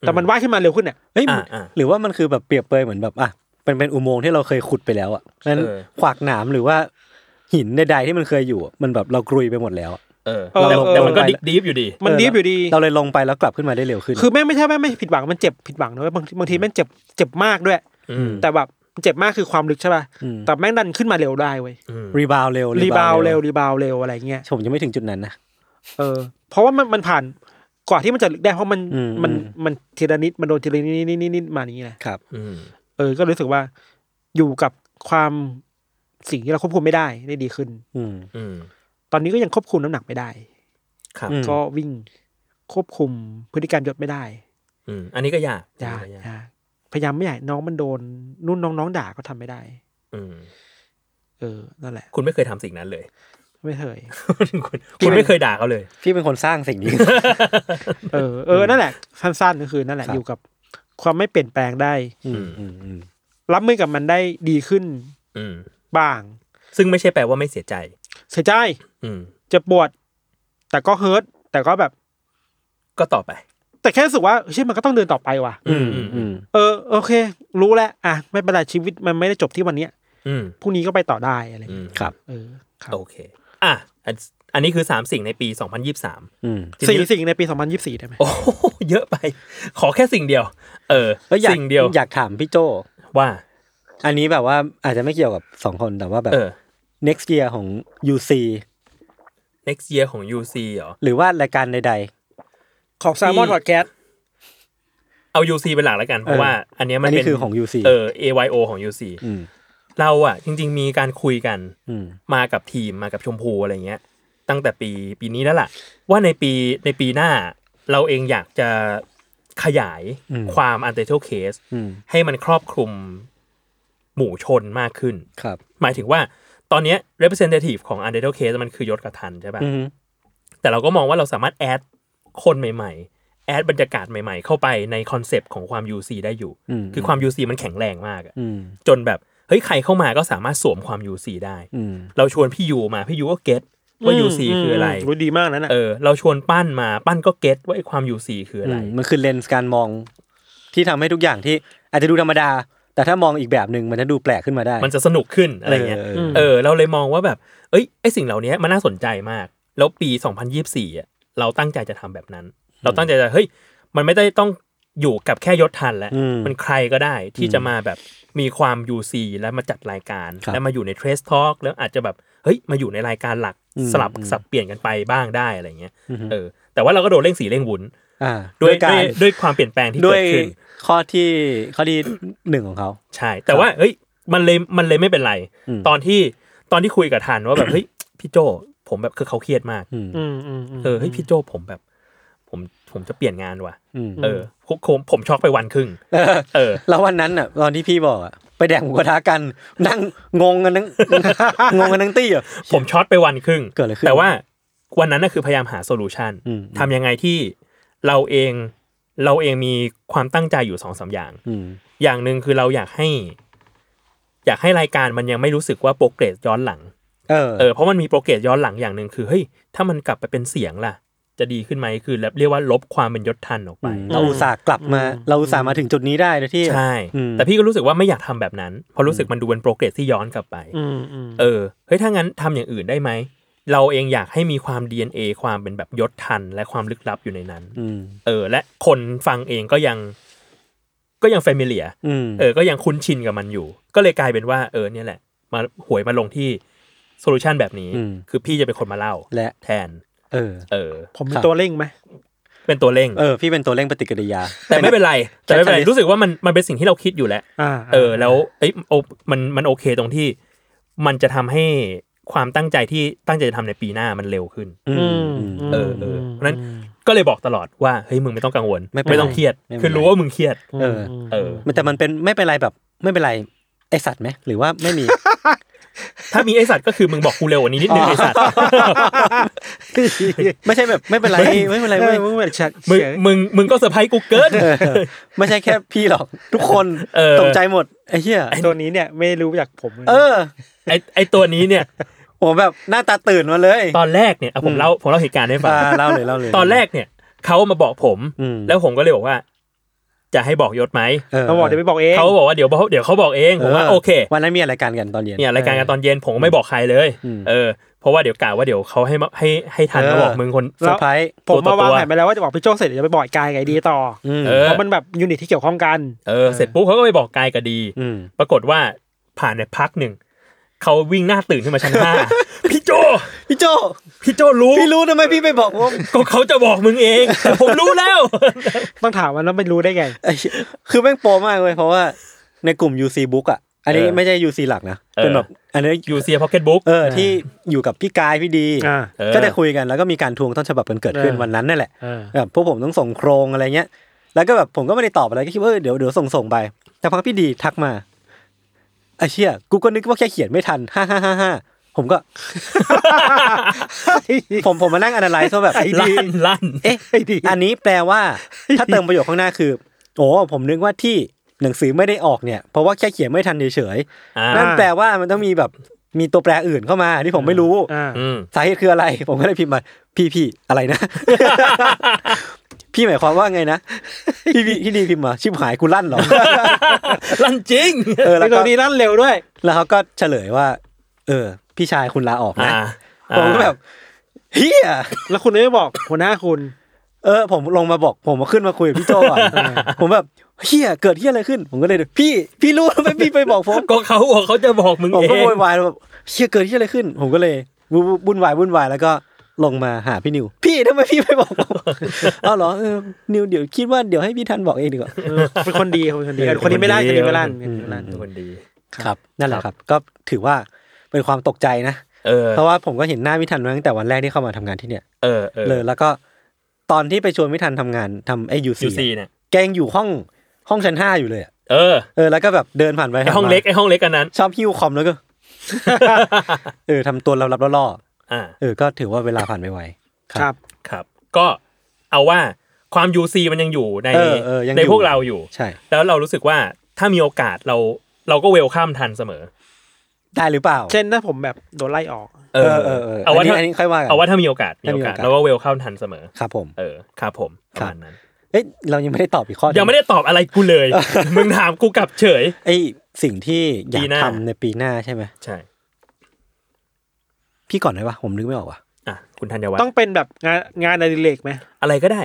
Speaker 3: แต่มันว่ายขึ้นมาเร็วขึ้นน่ะ
Speaker 2: เฮ้ย
Speaker 1: อ่าอ่า
Speaker 2: หรือว่ามันคือแบบเปรียบเปรยเหมือนแบบอ่ะเป็นเป็นอุโมงค์ที่เราเคยขุดไปแล้วอ่ะเพราะฉะนั้น
Speaker 1: เออ
Speaker 2: ขวากหนามหรือว่าหินใดๆที่มันเคยอยู่อะมันแบบเรากรุยไปหมดแล้วอะ
Speaker 1: เออ
Speaker 3: เออ
Speaker 1: แต่
Speaker 3: เออ
Speaker 1: แต่มันก็
Speaker 2: ไปละ
Speaker 1: ดีฟอยู่ดี
Speaker 3: มัน
Speaker 2: เ
Speaker 3: ดีฟอยู่ดี
Speaker 2: เราเลยลงไปแล้วกลับขึ้นมาได้เร็วขึ้น
Speaker 3: คือแม่งไม่ใช่แม่งไม่ผิดหวังมันเจ็บผิดหวังนะเว้ยบางทีบางทีแม่งเจ็บเจ็บมากด้วย
Speaker 1: อืม
Speaker 3: แต่แบบเจ็บมากคือความลึกใช่ป่ะ
Speaker 2: อืม
Speaker 3: แต่แม่งดันขึ้นมาเร็วได้เว้ย
Speaker 1: อืม
Speaker 2: รีบาวเร็ว
Speaker 3: รีบาวเร็วรีบาวเร็วอะไรเงี้ย
Speaker 2: ผมยังไม่ถึงจุดนั้นนะ
Speaker 3: เออเพราะว่ามันมันผ่านกว่าที่มันจะลึกได้เพราะมัน
Speaker 2: อืม
Speaker 3: มัน
Speaker 2: อืม
Speaker 3: มันทีละนิดมันโดนทีละนิดนิดนิดนิดมาอย่างนี้นะ
Speaker 2: ครับ
Speaker 1: อืม
Speaker 3: เออ ก็รู้สึกว่าอยู่กับความสิ่งที่เราควบคุมไม่ได้ได้ดีขึ้น
Speaker 2: อืม
Speaker 1: อืม
Speaker 3: ตอนนี้ก็ยังควบคุมน้ำหนักไม่ได้
Speaker 1: ครับ
Speaker 2: อืม
Speaker 3: ก็วิ่งควบคุมพฤติกรรมยศไม่ได้
Speaker 1: อืมอันนี้ก็ยาก
Speaker 3: ยาก
Speaker 1: อันนี้ก็
Speaker 3: ยากพยายามไม่อยากให้น้องมันโดนนุ่นน้องน้องด่าก็ทำไม่ได้
Speaker 1: อืม
Speaker 3: เออ นั่นแหละ
Speaker 1: คุณไม่เคยทำสิ่งนั้นเลย
Speaker 3: ไม่เคย
Speaker 1: คุณคุณไม่เคยด่าเขาเลย
Speaker 2: พี่เป็นคนสร้างสิ่งนี้
Speaker 3: เอ อ เออ นั่นแหละ สั้นๆก็คือนั่นแหละ
Speaker 2: ครับ
Speaker 3: อยู่กับความไม่เปลี่ยนแปลงได้
Speaker 2: อืมอืมอืม
Speaker 3: รับมือกับมันได้ดีขึ้น
Speaker 1: อืม
Speaker 3: บ้าง
Speaker 1: ซึ่งไม่ใช่แปลว่าไม่เสียใจ
Speaker 3: เสียใจ
Speaker 1: อืม
Speaker 3: เจ็บปวด แต่ก็เฮิร์ตแต่ก็แบบ
Speaker 1: ก็ต่อไป
Speaker 3: แต่แค่รู้สึกว่าเชื่อมันก็ต้องเดินต่อไปว่ะ
Speaker 2: อืมอืม
Speaker 3: เออโอเค รู้แล้วอ่ะไม่เป็นไรชีวิตมันไม่ได้จบที่วันเนี้ย
Speaker 1: อืม
Speaker 3: พรุ่งนี้ก็ไปต่อได้อะไร
Speaker 1: อื
Speaker 3: เงี้ย
Speaker 1: ม
Speaker 2: ครับ
Speaker 3: เออครับ
Speaker 1: โอเค อ่ะอันอันนี้คือสามสิ่งในปีสองพันยี่สาม
Speaker 2: อืม
Speaker 3: สี่สิ่งในปี 2024 ได้ไหม
Speaker 1: โอ้โหเยอะไป ขอแค่สิ่งเดียว เออ
Speaker 2: แล้วอยาก
Speaker 1: สิ่งเดียว
Speaker 2: อยากถามพี่โจ
Speaker 1: ว่า
Speaker 2: อันนี้แบบว่าอาจจะไม่เกี่ยวกับสองคนแต่ว่าแบบ
Speaker 1: เออ
Speaker 2: next year ของ UC
Speaker 1: next year ของ UC เหรอ
Speaker 2: หรือว่ารายการใด
Speaker 3: ของแซลมอนพอดแคสต์
Speaker 1: เอา UC เป็นหลักแล้วกัน เพราะว่า อันเนี้ย
Speaker 2: ๆ
Speaker 1: มั
Speaker 2: อั
Speaker 1: น
Speaker 2: น
Speaker 1: เป็
Speaker 2: นี้
Speaker 1: น
Speaker 2: คือของ UC
Speaker 1: เออ AYO ของ UC
Speaker 2: อืม
Speaker 1: เราอ่ะ จริง ๆ มีการคุยกัน
Speaker 2: อืม
Speaker 1: มากับทีมมากับชมพูอะไรเงี้ย ตั้งแต่ปีปีนี้แล้วล่ะ ว่าในปีในปีหน้า เราเองอยากจะขยาย
Speaker 2: อืม
Speaker 1: ความ u n t i t l e case
Speaker 2: อืม
Speaker 1: ให้มันครอบคลุมหมู่ชนมากขึ้น
Speaker 2: ครับ
Speaker 1: หมายถึงว่าตอนเนี้ย representative ของ u n t i t l e case มันคือยศกับทันใช่
Speaker 2: อื
Speaker 1: ปะ่ะ
Speaker 2: ม
Speaker 1: แต่เราก็มองว่าเราสามารถแอดคนใหม่ๆ แอดบรรยากาศใหม่ๆ เข้าไปในคอนเซปต์ของความ UC ได้อยู่
Speaker 2: อืม
Speaker 1: คือความ UC มันแข็งแรงมากอะ
Speaker 2: อืม
Speaker 1: จนแบบเฮ้ยใครเข้ามาก็สามารถสวมความ UC ได้
Speaker 2: อืม
Speaker 1: เราชวนพี่ยูมาพี่ยูก็เก็ตว่า UC คืออะไร
Speaker 3: รู้ดีมากนะน่ะ
Speaker 1: เออ เราชวนปั้นมาปั้นก็เก็ตว่าไอ้ความ UC คืออะไร
Speaker 2: อืมมันคือเลนส์การมองที่ทำให้ทุกอย่างที่อาจจะดูธรรมดา แต่ถ้ามองอีกแบบหนึ่งมันจะดูแปลกขึ้นมาได้
Speaker 1: มันจะสนุกขึ้นอะไรเงี้ย
Speaker 2: ออ
Speaker 1: เออ เราเลยมองว่าแบบ เอ้ยไอสิ่งเหล่านี้มันน่าสนใจมาก แล้วปี 2024อ่ะเราตั้งใจจะทำแบบนั้น เราตั้งใจจะเฮ้ยมันไม่ได้ต้องอยู่กับแค่ยศทันแล้ว มันใครก็ได้ที่จะมาแบบมีความ UC แล้วมาจัดรายการ แล้วมาอยู่ในเทรสทอ l k แล้วอาจจะแบบเฮ้ยมาอยู่ในรายการหลักสลับสับเปลี่ยนกันไปบ้างได้อะไรเงี้ยเออแต่ว่าเราก็โดนเร่งสีเร่งวุ้น
Speaker 2: อ่า
Speaker 1: ด้
Speaker 2: ด้
Speaker 1: ว
Speaker 2: วย ยการ
Speaker 1: ด้วยด้วยความเปลี่ยนแปลงที่
Speaker 2: ด้ว
Speaker 1: เกิ
Speaker 2: ย
Speaker 1: ดขึ้น
Speaker 2: ข้อที่ข้อที่หนึ่งของเขา
Speaker 1: ใช่ แต่ว่าเฮ้ยมันเลยมันเลยไม่เป็นไร ตอนที่ตอนที่คุยกับทานว่าแบบ เฮ้ยพี่โจผมแบบคือเขาเครียดมาก
Speaker 2: อืม
Speaker 3: อืมอืมอืม
Speaker 1: เออเฮ้ยพี่โจผมแบบ ผมผมจะเปลี่ยนงานว่ะ
Speaker 2: อืม
Speaker 1: เออผมผมผมช็อกไปวัน ครึ่งเออ
Speaker 2: แล้ววันนั้นอ่ะตอนที่พี่บอกอ่ะไปแดกหมูกระทะกัน นั่งงงกันทั้ง งงกันทั้งตี้อ่ะ
Speaker 1: ผมช็อตไปวันครึ่ง
Speaker 2: เกิดอะไรขึ้น
Speaker 1: แต่ว่าวันนั้นน่ะคือพยายามหาโซลูชัน
Speaker 2: อืม
Speaker 1: ทำยังไงที่เราเองเราเองมีความตั้งใจอยู่สองสามอย่าง
Speaker 2: อืม
Speaker 1: อย่างหนึ่งคือเราอยากให้ อยากให้รายการมันยังไม่รู้สึกว่าโปรเกรสย้อนหลัง
Speaker 2: เออ
Speaker 1: เออเพราะมันมีโปรเกรสย้อนหลังอย่างหนึ่งคือเฮ้ยถ้ามันกลับไปเป็นเสียงล่ะ จะดีขึ้นไหมคือเรียกว่าลบความเป็นยศทันออกไป
Speaker 2: เราอุตส่าห์กลับมา เราอุตส่าห์มาถึงจุดนี้ได้โดยที่
Speaker 1: ใช่
Speaker 2: อืม
Speaker 1: แต่พี่ก็รู้สึกว่าไม่อยากทำแบบนั้นเพราะรู้สึกมันดูเป็นโปรเกรสที่ย้อนกลับไป
Speaker 3: อืมอืม
Speaker 1: เออเฮ้ยถ้างั้นทำอย่างอื่นได้ไหม เราเองอยากให้มีความ DNA ความเป็นแบบยศทันและความลึกลับอยู่ในนั้น
Speaker 2: อืม
Speaker 1: เออ และคนฟังเองก็ยัง ก็ยังแฟมิเลีย
Speaker 2: อืม
Speaker 1: เออ ก็ยังคุ้นชินกับมันอยู่ ก็เลยกลายเป็นว่า เออ เนี่ยแหละ มาหวยมาลงที่โซลูชันแบบนี้ คือพี่จะเป็นคนมาเล่า
Speaker 2: และ
Speaker 1: แทน
Speaker 2: เออ
Speaker 1: เออ
Speaker 3: ผมมี
Speaker 2: ครับ
Speaker 3: ตัวเร่งไหม
Speaker 1: เป็นตัวเร่ง
Speaker 2: เออ พี่เป็นตัวเร่งปฏิกิริยา
Speaker 1: แต่ไม่เป็นไร แต่ไม่เป็นไร
Speaker 2: Catalyst
Speaker 1: รู้สึกว่ามัน มันเป็นสิ่งที่เราคิดอยู่แล้ว
Speaker 3: อ่า
Speaker 1: เออ แล้ว เอ้ยโอมันมันโอเคตรงที่ มันจะทำให้ความตั้งใจที่ตั้งใจจะทำในปีหน้ามันเร็วขึ้น
Speaker 2: อื
Speaker 3: อื
Speaker 2: ม
Speaker 3: ม
Speaker 2: อืม
Speaker 1: เออเออเพราะฉะนั้นก็เลยบอกตลอดว่าเฮ้ยมึงไม่ต้องกังวล
Speaker 2: ไม่เป็นไร
Speaker 1: ไม่ต้องเครียด
Speaker 2: ไม่เป็นไร
Speaker 1: คือรู้ว่ามึงเครียด
Speaker 2: เออ
Speaker 1: เออ
Speaker 2: มันแต่มันเป็นไม่เป็นไรแบบ ไม่เป็นไรไอสัตว์ไหมหรือว่าไม่มี
Speaker 1: ถ้ามีไอสัตว์ก็คือมึงบอกกูเร็วกว่านี้นิดนึงไอสัตว์
Speaker 2: ไม่ใช่แบบไม่เป็นไรไม่เป็นไร
Speaker 3: เว้
Speaker 2: เว้ย
Speaker 3: ยมึงแบบฉัด
Speaker 1: มึง
Speaker 3: เฉย
Speaker 1: มึงมึงก็เซอร์ไพรส์กูเกิน
Speaker 2: ไม่ใช่แค่พี่หรอก ทุกคน
Speaker 1: เออ
Speaker 2: ตกใจหมดไอ้เหี้ย
Speaker 3: ตัวนี้เนี่ยไม่รู้จากผมลย
Speaker 2: เออ
Speaker 1: ไอไอตัวนี้เนี่ย
Speaker 2: ผมแบบหน้าตาตื่นมาเลย
Speaker 1: ตอนแรกเนี่ยอ่ะผมเล่าผมเล่าเหตุการณ์ให้ฟัง
Speaker 2: อ่าเล่าเลยเล่าเลย
Speaker 1: ตอนแรกเนี่ยเขามาบอกผม
Speaker 2: อืม
Speaker 1: แล้วผมก็เลยบอกว่า จะให้บอกยศไหม
Speaker 2: เออ
Speaker 3: เขาบอกเดี๋ยวไปบอกเอง
Speaker 1: เขาบอกว่าเดี๋ยวบอกเดี๋ยวเขาบอกเองผมว่าโอเค
Speaker 2: วันนั้นมีอะไรกันกันตอนเย็น
Speaker 1: เนี่ยรายการกันตอนเย็นผมก็ไม่บอกใครเลย
Speaker 2: อืม
Speaker 1: เออ เพราะว่าเดี๋ยวกะว่าเดี๋ยวเขาให้มาให้ให้ทันมาบอกมึงคน
Speaker 2: เซอร์ไพรส์
Speaker 3: ผม
Speaker 1: ตัวต่อตัว
Speaker 3: มาวางแผนไปแล้วว่าจะบอกพี่โจ้เสร็จเดี๋ยวจะไปบอกไอ้กายไงดีต่อ
Speaker 2: อืม
Speaker 1: เออ
Speaker 3: เพราะมันแบบยูนิตที่เกี่ยวข้องกัน
Speaker 1: เออเสร็จปุ๊บเขาก็ไปบอกกายก็ดี
Speaker 2: อืม
Speaker 1: ปรากฏว่าผ่านไปพักหนึ่งเขาวิ่งหน้าตื่นขึ้นมาชั้นห้า พี่โจ
Speaker 2: พี่โจ
Speaker 1: พี่โจรู้
Speaker 2: พี่รู้ทำไมพี่ไม่บอกผม
Speaker 1: ก็เขาจะบอกมึงเองแต่ผมรู้แล้ว
Speaker 3: ต้องถามมันแล้วไม่รู้ได้ไง
Speaker 2: ไอ้เหี้ยคือแม่งโปรมากเลยเพราะว่าในกลุ่ม UC Book อ่ะอันนี้
Speaker 1: เออ
Speaker 2: ไม่ใช่ UC หลักนะ
Speaker 1: เออ
Speaker 2: เป็นแบบอันนี้
Speaker 1: ยูเซียพ็อกเก็ตบุ๊ก
Speaker 2: เออที่อยู่กับพี่กายพี่ดี
Speaker 3: อ่า
Speaker 1: เออ
Speaker 2: ก็ได้คุยกันแล้วก็มีการทวงต้นฉบับกันเกิดขึ้น
Speaker 3: เออ
Speaker 2: วันนั้นนั่นแหละ
Speaker 3: เออ
Speaker 2: แบบพวกผมต้องส่งโครงอะไรเงี้ย แล้วก็แบบผมก็ไม่ได้ตอบอะไรก็คิดว่าเออเดี๋ยวเดี๋ยวส่งส่งไปแต่พักพี่ดีทักมาไอ้เชี่ยกูก็นึกว่าแค่เขียนไม่ทันฮ่าฮ่าฮ่าฮ่าผมก็ ผมผมมานั่งอนาลัย ว่าแบบ
Speaker 1: ลั่นลั่น
Speaker 2: เอ๊ะอันนี้แปลว่า ถ้าเติมประโยคข้างหน้าคือโอ้ผมนึกว่าที่หนังสือไม่ได้ออกเนี่ย เพราะว่าแค่เขียนไม่ทันเฉย
Speaker 1: อ่า
Speaker 2: ๆนั่นแปลว่ามันต้องมีแบบมีตัวแปรอื่นเข้ามาที่ผมไม่รู้
Speaker 3: อ่า
Speaker 1: อืม
Speaker 2: สาเหตุคืออะไร ผมก็เลยพิมพ์มาพี่พี่อะไร นะ พี่หมายความว่าไงนะพี่พี่ที่ดีพิมพ์มาชิบหายกูลั่นเหรอ
Speaker 1: ลั่นจริง
Speaker 2: เออแล้ว
Speaker 3: ตั
Speaker 2: ก็
Speaker 3: วนี้นั่นเร็วด้วย
Speaker 2: แล้วเขาก็เฉลยว่า เออ พี่ชายคุณลาออก
Speaker 1: อ่า
Speaker 2: นะผมก็แบบเฮีย
Speaker 3: แล้วคุณไม่บอกหัวหน้าคุณ
Speaker 2: เออ ผมลงมาบอก ผมมาขึ้นมาคุยกับพี่โจก่อนผมแบบเฮียเกิดเฮียอะไรขึ้น ผมก็เลยพี่พี่รู้ทำไมพี่ไปบอกผม
Speaker 1: ก็เขาบอกเขาจะบอกมึง
Speaker 2: ผม
Speaker 1: เอ
Speaker 2: ก็
Speaker 1: ง
Speaker 2: โวยวายแบบเชี่ยเกิดที่อะไรขึ้น ผมก็เลยวุ่นวายวุ่นวายแล้วก็ลงมาหาพี่นิว พี่ทำไมพี่ไม่บอก ผม เอาเหรอเออนิวเดี๋ยวคิดว่าเดี๋ยวให้พี่ทันบอกเองดีกว่า
Speaker 3: เออเป็นคนดีเป็นคนดีเออคนนี้ไม่ได้คนนี้ไม่ได้คนนี้ไม่ได้
Speaker 1: เป็นคนดี
Speaker 2: ครับ นั่นแหละครับ ก็ถือว่าเป็นความตกใจนะ
Speaker 1: เออ
Speaker 2: เพราะว่าผมก็เห็นหน้าพี่ทันมาตั้งแต่วันแรกที่เข้ามาทำงานที่เนี่ย
Speaker 1: เออเออ
Speaker 2: เลยแล้วก็ตอนที่ไปชวนพี่ทันทำงานทำไอ้ยู
Speaker 1: ยู
Speaker 2: ซี
Speaker 1: ซีเนี่ย
Speaker 2: แกยังอยู่ห้องห้องชั้นห้าอยู่เลยอะ
Speaker 1: เออ
Speaker 2: เออแล้วก็แบบเดินผ่านไป
Speaker 1: ไอ
Speaker 2: ผ่านมา
Speaker 1: ห้องเล็กไอห้องเล็กอันนั้น
Speaker 2: ชอบหิ้วคอมแล้วก็ เออทำตัวลับๆล่อ
Speaker 1: อ่า
Speaker 2: ๆเออก็ถือว่าเวลาผ่านไปไว
Speaker 3: ครับ
Speaker 1: ครับ ก็เอาว่าความยูซีมันยังอยู่ใน
Speaker 2: เออเออยังอยู่
Speaker 1: ในพวกเราอยู่
Speaker 2: ใช่
Speaker 1: แล้วเรารู้สึกว่าถ้ามีโอกาสเราเราก็เวลข้ามทันเสมอ
Speaker 2: ได้หรือเปล่า
Speaker 3: เช่นถ้าผมแบบโดนไล่ออก
Speaker 1: เอ
Speaker 2: เออเออเออ
Speaker 1: เอาว่าถ้า
Speaker 2: อันนี้อันนี้ค่อยว่ากัน
Speaker 1: เอาว่าถ้ามีโอกาสมี
Speaker 2: ถ้ามี
Speaker 1: โอกาส
Speaker 2: โอกาส
Speaker 1: เราก็เวลข้ามทันเสมอ
Speaker 2: ครับผม
Speaker 1: เออครับผมประ
Speaker 2: ครับ
Speaker 1: มาณนั้น
Speaker 2: เอ้ยเรายังไม่ได้ตอบอีกข้อหนึ่
Speaker 1: ยังไม่ได้ตอบอะไรกู เลย มึงถามกูกลับเฉย
Speaker 2: ไอ้สิ่งที่อยา
Speaker 1: ปี
Speaker 2: ก
Speaker 1: หน้า
Speaker 2: ทำในปีหน้าใช่ไหม
Speaker 1: ใช่
Speaker 2: พี่ก่อนได้ปะผมนึกไม่ออกว่ะ
Speaker 1: อ่ะ คุณธัญวัฒ
Speaker 3: ต้อง
Speaker 1: น์
Speaker 3: เป็นแบบงานงานอดิเรกไหม
Speaker 1: อะไรก็ได้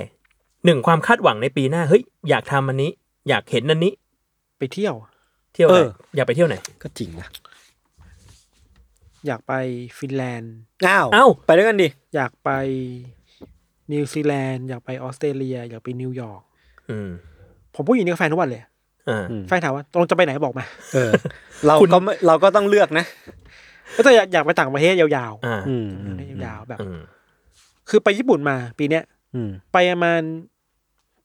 Speaker 1: หนึ่งความคาดหวังในปีหน้า เฮ้ย อยากทำอันนี้ อยากเห็นอันนี้
Speaker 3: ไปเที่ยว
Speaker 1: เที่ยวไหนอยากไปเที่ยวไหน
Speaker 2: ก็จริงนะ
Speaker 3: อยากไปฟินแลนด์
Speaker 2: อ้าว
Speaker 1: เอ้า
Speaker 2: ไปด้วยกันดิ
Speaker 3: อยากไปนิวซีแลนด์ อยากไปออสเตรเลีย อยากไปนิวยอร์ก
Speaker 1: อืม
Speaker 3: ผมพูดอย่างนี้กับแฟนทุกวันเลย
Speaker 1: อ่า
Speaker 3: แฟนถามว่าตรงจะไปไหนบอกมา
Speaker 2: เออ เราก็ไม่เราก็ต้องเลือกนะ
Speaker 3: ก็จะอยากอยากไปต่างประเทศยาว
Speaker 1: อ่า
Speaker 2: อืม
Speaker 3: ๆ
Speaker 2: อืม
Speaker 3: ไปยาวๆแบบ
Speaker 1: อืม
Speaker 3: คือไปญี่ปุ่นมาปีเนี้ย
Speaker 2: อืม
Speaker 3: ไปประมาณ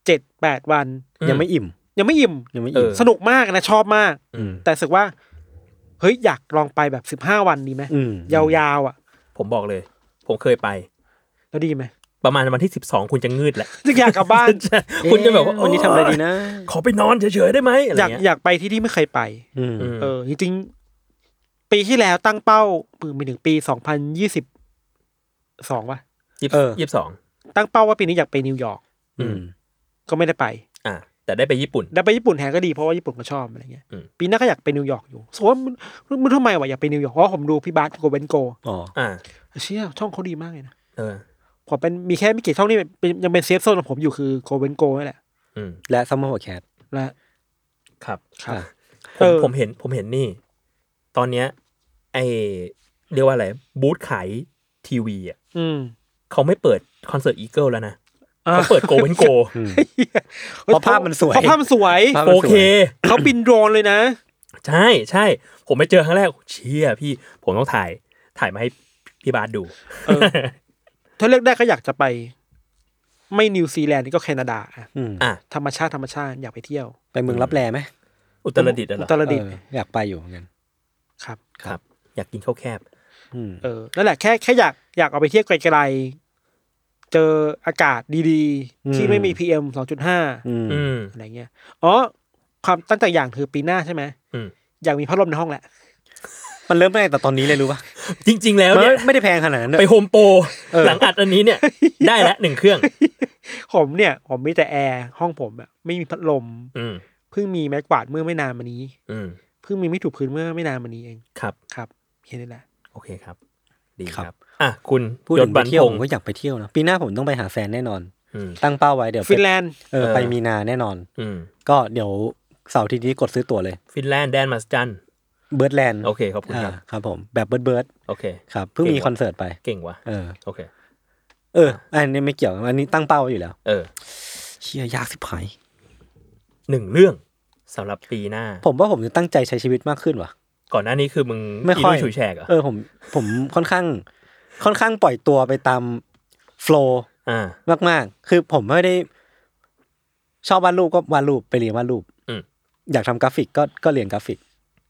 Speaker 3: เจ็ดแปดวัน
Speaker 1: อืม
Speaker 2: ยังไม่อิ่ม
Speaker 3: ยังไม่อิ่ม
Speaker 2: ยังไม่อิ่ม
Speaker 1: เออ
Speaker 3: สนุกมากนะชอบมาก
Speaker 1: อืม
Speaker 3: แต่รู้สึกว่า เฮ้ย อยากลองไปแบบสิบห้าวันดีไหม
Speaker 2: อืม
Speaker 3: ยาวๆอ่ะ
Speaker 1: ผมบอกเลย ผมเคยไป
Speaker 3: แล้วดีไหม
Speaker 1: ประมาณวันที่สิบสองคุณจะงืดแหละ
Speaker 3: รู้สึกอยากกลับบ้าน
Speaker 1: คุณจะแบบว่า
Speaker 2: เอ๊วันนี้ทำอะไรดีนะ
Speaker 1: ขอไปนอนเฉยๆได้ไหมอะไร
Speaker 3: อยาก
Speaker 1: เงี้ย
Speaker 3: อยากไปที่ที่ไม่เคยไป
Speaker 2: อืม
Speaker 1: อืม
Speaker 3: เออจริงๆปีที่แล้วตั้งเป้าปีหนึ่งปีสองพันยี่สิบสองป่ะ
Speaker 1: ยี่สิบสอง
Speaker 3: ตั้งเป้าว่าปีนี้อยากไปนิวยอร์ก
Speaker 1: อืม
Speaker 3: ก็ไม่ได้ไป
Speaker 1: อ่าแต่ได้ไปญี่ปุ่น
Speaker 3: ได้ไปญี่ปุ่นแทนก็ดีเพราะว่าญี่ปุ่นก็ชอบอะไรเงี้ย
Speaker 1: อืม
Speaker 3: ปีหน้าก็อยากไปนิวยอร์กอยู่สมมติว่ามึงมึงมึงทำไมวะอยากไปนิวยอร์กเพราะผมดูพี่บาสโกเวนโก
Speaker 2: อ๋อ
Speaker 1: อ่า
Speaker 3: เชี่ยช่องเขาดีมากเลยนะ
Speaker 1: เออ
Speaker 3: ผมเป็นมีแค่ไม่กี่ช่องนี่เป็นเป็นยังเป็นเซฟโซนของผมอยู่คือโกเวนโกนั่นแหละ
Speaker 1: อืม
Speaker 2: และซัมเมอร์แคท
Speaker 3: และ
Speaker 1: ครับ
Speaker 3: ครับ
Speaker 1: ผ
Speaker 3: เอ
Speaker 1: ม
Speaker 3: อ
Speaker 1: ผมเห็นผมเห็นนี่ ตอนเนี้ยไอเรียกว่าอะไร บูธขายทีวีอ่ะ
Speaker 3: อืม
Speaker 1: เขาไม่เปิดคอนเสิร์ตอีเกิลแล้วนะ
Speaker 3: อ่ะ
Speaker 1: เขาเปิดโกเวนโก
Speaker 2: เพราะภาพมันสวย
Speaker 3: เพราะภาพมันสวย
Speaker 2: ภาพ
Speaker 1: โอเค
Speaker 3: เขาบินโดรนเลยนะ
Speaker 1: ใช่ใช่ ผมไปเจอครั้งแรก เชี่ยพี่ผมต้องถ่ายถ่ายมาให้พี่บาสดู
Speaker 3: เออ ถ้าเลือกได้ก็อยากจะไป ไม่นิวซีแลนด์ก็แคนาดาอะ
Speaker 2: อืม
Speaker 1: อ่ะ
Speaker 3: ธรรมชาติธรรมชาติอยากไปเที่ยว
Speaker 2: ไปเมืองรับแลไหม
Speaker 1: อุตรดิตถ์อะเหรอ
Speaker 3: อุตรดิตถ์
Speaker 2: เอออยากไปอยู่เหมือนกัน
Speaker 3: ครับ
Speaker 1: ครับ อยากกินข้าวแคบ
Speaker 2: อืม
Speaker 3: เออนั่นแหละแค่แค่อยากอยากออกไปเที่ยวไกลๆเจออากาศดีๆ ที่ไม่มีพีเอมสองจุดห้า
Speaker 2: อืม
Speaker 1: อืม
Speaker 3: อะไรเงี้ยอ๋อความตั้งใจอย่างคือปีหน้าใช่ไหม
Speaker 1: อืม
Speaker 3: อยากมีพัดลมในห้องแหละ
Speaker 2: มันเริ่มตั้งแต่ตอนนี้เลยรู้ปะ
Speaker 1: จริง ๆ แล้ว
Speaker 2: มัน
Speaker 1: เนี่ย
Speaker 2: ไม่ได้แพงขนาดนั้นด้วย
Speaker 1: ไปโฮมโปรหลังอัดอันนี้เนี่ย ได้ละหนึ่งเครื่อง
Speaker 3: ผมเนี่ย ผมมีแต่แอร์ห้องผมอะไม่มีพัดลม
Speaker 1: อืม
Speaker 3: เพิ่งมีไม้กวาดเมื่อไม่นานมานี้
Speaker 1: อืม
Speaker 3: เพิ่งมีไม่ถูกพื้นเมื่อไม่นานมานี้เอง
Speaker 1: ครับ
Speaker 3: ครับแค่นี้แหละ
Speaker 1: โอเคครับ ดีครับ อ่ะ คุณ
Speaker 2: พูด
Speaker 1: ย
Speaker 2: ถึ
Speaker 1: ศ
Speaker 2: ง
Speaker 1: บั
Speaker 2: ไป
Speaker 1: น
Speaker 2: เที่ยว
Speaker 1: พ
Speaker 2: ผ
Speaker 1: ง
Speaker 2: มก็อยากไปเที่ยวนะปีหน้าผมต้องไปหาแฟนแน่นอน
Speaker 1: อืม
Speaker 2: ตั้งเป้าไว้เดี๋ยว
Speaker 3: ฟินแลนด์
Speaker 2: เออ
Speaker 1: เออ
Speaker 2: ไปมีนาแน่นอน
Speaker 1: อืม
Speaker 2: ก็เดี๋ยวเสาร์อาที่นี้กดซื้อตั๋วเลย
Speaker 1: ฟินแลนด์แดนมาสจัน
Speaker 2: เบิร์ดแลนด์
Speaker 1: โอเคขอบคุณครับ
Speaker 2: ครับผมแบบเบิร์ดเบิร์ด
Speaker 1: โอเค
Speaker 2: ๆครับเพิ่งมีคอนเสิร์ตไป
Speaker 1: เก่งว่ะ
Speaker 2: เออ
Speaker 1: โอเค
Speaker 2: เออ อันนี้ไม่เกี่ยวอันนี้ตั้งเป้าไว้อยู่แล้ว
Speaker 1: เออ
Speaker 2: เชียยากสิบหาย
Speaker 1: หนึ่งเรื่องสำหรับปีหน้า
Speaker 2: ผมว่าผมจะตั้งใจใช้ชีวิตมากขึ้นว่ะ
Speaker 1: ก่อนหน้านี้คือมึง
Speaker 2: ไม่ค่อย
Speaker 1: ลุฉุยแฉกเหรอ
Speaker 2: เออผมผมค่อนข้าง ค่อนข้างปล่อยตัวไปตามโฟล
Speaker 1: อ่า
Speaker 2: มากๆ คือผมไม่ได้ ชอบวาดรูปก็วาดรูปไปเรียนวาดรูป
Speaker 1: อืม
Speaker 2: อยากทำกราฟิกก็ก็เรียนกราฟิก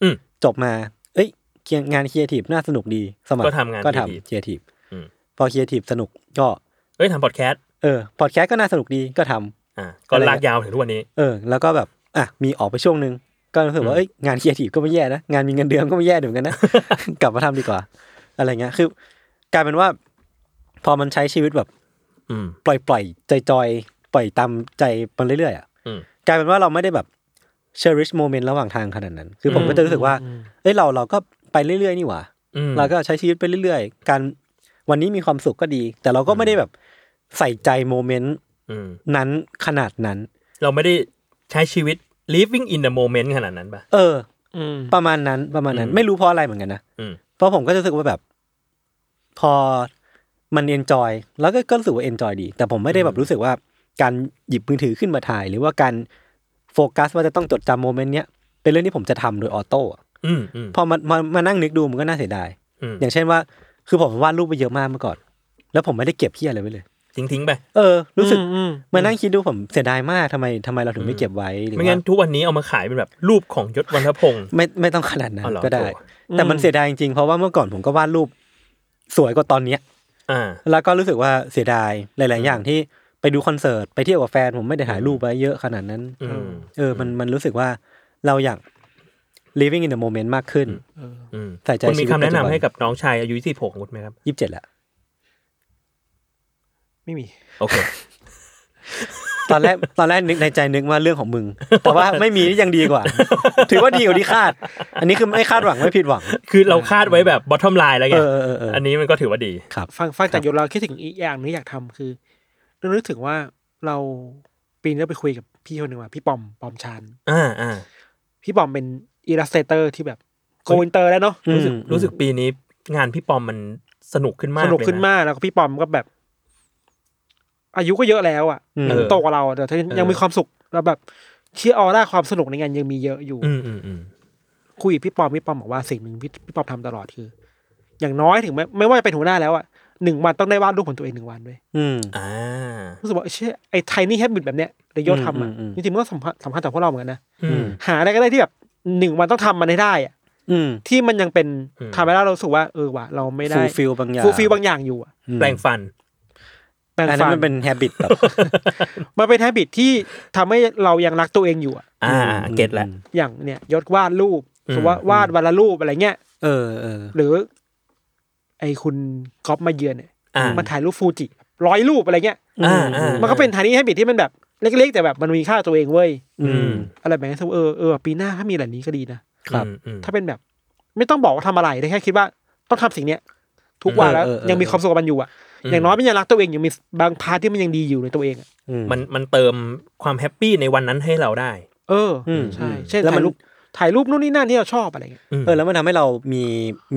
Speaker 1: อืม
Speaker 2: จบมา เอ้ยเคียงงานครีเอทีฟน่าสนุกดีสมัคร
Speaker 1: ก็ทำงาน
Speaker 2: ก็ทำ
Speaker 1: creative
Speaker 2: ครีเอทีฟ
Speaker 1: อืม
Speaker 2: พอครีเอทีฟสนุกก็
Speaker 1: เอ้ยทำพอดแคสต์
Speaker 2: เออพอดแคสต์ก็น่าสนุกดีก็ทำ
Speaker 1: อ่าก็ลากยาวถึงทุกวันนี้
Speaker 2: เออ แล้วก็แบบอ่ะมีออกไปช่วงหนึ่งก็รู้สึก
Speaker 1: อื
Speaker 2: ว่าม เอ้ยงานครีเอทีฟก็ไม่แย่นะงานมีเงินเดือนก็ไม่แย่เหมือน กันนะ กลับมาทำดีกว่า อะไรเงี้ยคือกลายเป็นว่า พอมันใช้ชีวิตแบบ
Speaker 1: อืม
Speaker 2: ปล่อยปล่อยใจจอยๆปล่อยตามใจมันเรื่อยๆอ่ะ
Speaker 1: อืม
Speaker 2: กลายเป็นว่าเราไม่ได้แบบ cherish moment ระหว่างทางขนาดนั้น คือผม
Speaker 1: อืม
Speaker 2: ก็จะรู้สึกว่าเอ้ยเราเราก็ไปเรื่อยๆนี่หว่า
Speaker 1: อืม
Speaker 2: เราก็ใช้ชีวิตไปเรื่อยๆ การวันนี้มีความสุขก็ดี แต่เราก็ไม่ได้แบบใส่ใจโมเมนต์
Speaker 1: อืม
Speaker 2: นั้นขนาดนั้น
Speaker 1: เราไม่ได้ใช้ชีวิต living in the moment ขนาดนั้นป่ะ
Speaker 2: เออ
Speaker 3: อืม
Speaker 2: ประมาณนั้นประมาณนั้น
Speaker 1: อืม
Speaker 2: ไม่รู้เพราะอะไรเหมือนกันนะ
Speaker 1: อืม
Speaker 2: เพราะผมก็จะรู้สึกว่าแบบ พอมันเอนจอยแล้วก็ก็รู้สึกว่าเอนจอยดี แต่ผมไม่ได้แบบรู้สึกว่าการหยิบมือถือขึ้นมาถ่าย หรือว่าการโฟกัสว่าจะต้องจดจำโมเมนต์เนี้ยเป็นเรื่องที่ผมจะทำโดยออโต้อะ
Speaker 1: อืมอืม
Speaker 2: พอมามามานั่งนึกดูมันก็น่าเสียดาย
Speaker 1: อืม
Speaker 2: อย่างเช่นว่า คือผมวาดรูปไปเยอะมากเมื่อก่อน แล้วผมไม่ได้เก็บเพี้ยอะไรไว้เลย
Speaker 1: ทิ้งทิ้งๆไป
Speaker 2: เออ รู้สึก
Speaker 3: อืมอืม
Speaker 2: มานั่งคิดดูผมเสียดายมากทำไมทำไมเราถึงไม่เก็บไว้หรือ
Speaker 1: ไม่
Speaker 2: ว่า
Speaker 1: งั้นทุกวันนี้เอามาขายเป็นแบบรูปของยศวันทพงศ์
Speaker 2: ไม่ไม่ต้องขนาดนั้
Speaker 1: อ๋อน เหรอ
Speaker 2: ก็ได้
Speaker 1: โถ่
Speaker 2: แต่มันเสียดายจริงๆเพราะว่าเมื่อก่อนผมก็วาดรูปสวยกว่าตอนเนี้ย
Speaker 1: อ่า
Speaker 2: แล้วก็รู้สึกว่าเสียดายหลาย ๆ อย่างที่ไปดูคอนเสิร์ตไปเที่ยวกับแฟนผมไม่ได้ถ่ายรูปไว้เยอะขนาดนั้น
Speaker 1: อืม
Speaker 2: เออ มันมันรู้สึกว่าเราอยาก living in the moment มากขึ้น
Speaker 1: อืม
Speaker 2: ใส่ใจ
Speaker 1: คุณมี
Speaker 2: ชีวิต
Speaker 1: คำแนะ
Speaker 2: ปัจจุบั
Speaker 1: นำ
Speaker 2: น
Speaker 1: ให้กับน้องชายอายุที่หกของคุณไหมครับ
Speaker 2: ยี่สิบเจ็ดแหละ
Speaker 3: ไม่มี
Speaker 1: โอเค
Speaker 2: ตอนแรก ตอนแรกนึกในใจนึกว่าเรื่องของมึง แต่ว่าไม่มีนี่ยังดีกว่า ถือว่าดีกว่าที่คาด อันนี้คือไม่คาดหวังไม่ผิดหวัง
Speaker 1: คือเราคาดไว้แบบ bottom line แล้วไง
Speaker 2: เออเออเออเอออั
Speaker 1: นนี้มันก็ถือว่าดี
Speaker 2: ครับ
Speaker 3: ฟังฟังจากโยเราคิดถึงอีกอย่างหนึงอยากทำคือเรานึกถึงว่าเราปีนี้เราไปคุยกับพี่คนหนึ่งว่าพี่ปอมปอมชาน
Speaker 1: อ่าอ่า
Speaker 3: พี่ปอมเป็นอิลลัสเตเตอร์ที่แบบโกอินเตอร์แล้วเนาะ
Speaker 2: อืม
Speaker 1: รู้สึกรู้สึกปีนี้งานพี่ปอมมันสนุกขึ้นมาก
Speaker 3: สนุก
Speaker 1: เลยะ
Speaker 3: ขึ้นมากแล้วก็พี่ปอมก็แบบ อายุก็เยอะแล้วอ่ะ
Speaker 2: อืม
Speaker 3: มันโตกว่าเราอะแต่ถ้ายังมีความสุขเราแบบเชียร์ออร่าความสนุกในงานยังมีเยอะอยู่
Speaker 1: อืมอืมอืม
Speaker 3: คุยกับพี่ปอมพี่ปอมบอกว่าสิ่งหนึ่งพี่พี่ปอมทำตลอดคือ อย่างน้อยถึงแม้ไม่ว่าจะเป็นหัวหน้าแล้วอ่ะหนึ่งวันต้องได้วาดรูปของตัวเองหนึ่งวันด้วย
Speaker 2: อืม
Speaker 1: อ่า
Speaker 3: รู้สึกว่าเชื่อไอ้ไทนี่แฮบบิตแบบเนี้ยเรโยทำอ่ะ
Speaker 2: อืมอืมอืม
Speaker 3: จริงๆมันก็สำคัญสำคัญต่อพวกเราเหมือนกันนะ
Speaker 1: อืม
Speaker 3: หาอะไรก็ได้ที่แบบหนึ่งวันต้องทำมันให้ได้อ่ะ
Speaker 2: อืม
Speaker 3: ที่มันยังเป็น
Speaker 1: อืม
Speaker 3: ทำไปแล้วเรารู้สึกว่าเออว่ะเราไม่ได้
Speaker 2: ฟูลฟิลบางอย่าง
Speaker 3: ฟูลฟิลบางอย่างอยู่อ่ะ
Speaker 2: อืม
Speaker 1: แปลงฟัน
Speaker 3: แปลง
Speaker 2: อัน
Speaker 3: ฟั
Speaker 2: นั้น นมันเป็น habit แบบ
Speaker 3: มันเป็นแฮบบิตที่ทำให้เรายังรักตัวเองอยู่อ่ะ
Speaker 1: อ่าอ่าเก็ตแล้ว
Speaker 3: อย่างเนี่ยยศวาดรูป
Speaker 1: อืม
Speaker 3: สมมติว่าวาดวันละรูปอะไรเงี้ย
Speaker 2: เออเออ
Speaker 3: หรือ ไอ้คุณก๊อฟมาเยือนเนี่ย
Speaker 1: อ่า
Speaker 3: มันถ่ายรูปฟูจิร้อยรูปอะไรเงี้ย
Speaker 1: อ่าอ่า
Speaker 3: มันก็เป็นไทนี่แฮบบิตที่มันแบบเล็กๆ แต่แบบมันมีค่าตัวเองเว้ย
Speaker 2: อืม
Speaker 3: อะไรแบบนี้เออเออปีหน้าถ้ามีแบบนี้ก็ดีนะ
Speaker 2: ครับ
Speaker 1: อืมอืม
Speaker 3: ถ้าเป็นแบบ ไม่ต้องบอกว่าทำอะไรแต่แค่คิดว่าต้องทำสิ่งเนี้ย ทุกวันแล้ว
Speaker 2: เออเออเออ
Speaker 3: ยังมีความสุขกับมันอยู่อ่ะ
Speaker 1: อืม
Speaker 3: อย่างน้อยมันยังรักตัวเองยังมีบางพาร์ทที่มันยังดีอยู่ในตัวเองอะ
Speaker 2: อืม
Speaker 1: มันมันเติมความแฮปปี้ในวันนั้นให้เราได้
Speaker 3: เอออ
Speaker 2: ม
Speaker 3: ใช่
Speaker 2: อืม
Speaker 3: เช่น
Speaker 2: แล้วมัน
Speaker 3: ถ่ายรูปถ่ายรูปนู่นนี่นั่นที่เราชอบอะไรเงี้ย
Speaker 1: อืม
Speaker 2: เออแล้วมันทำให้เรามี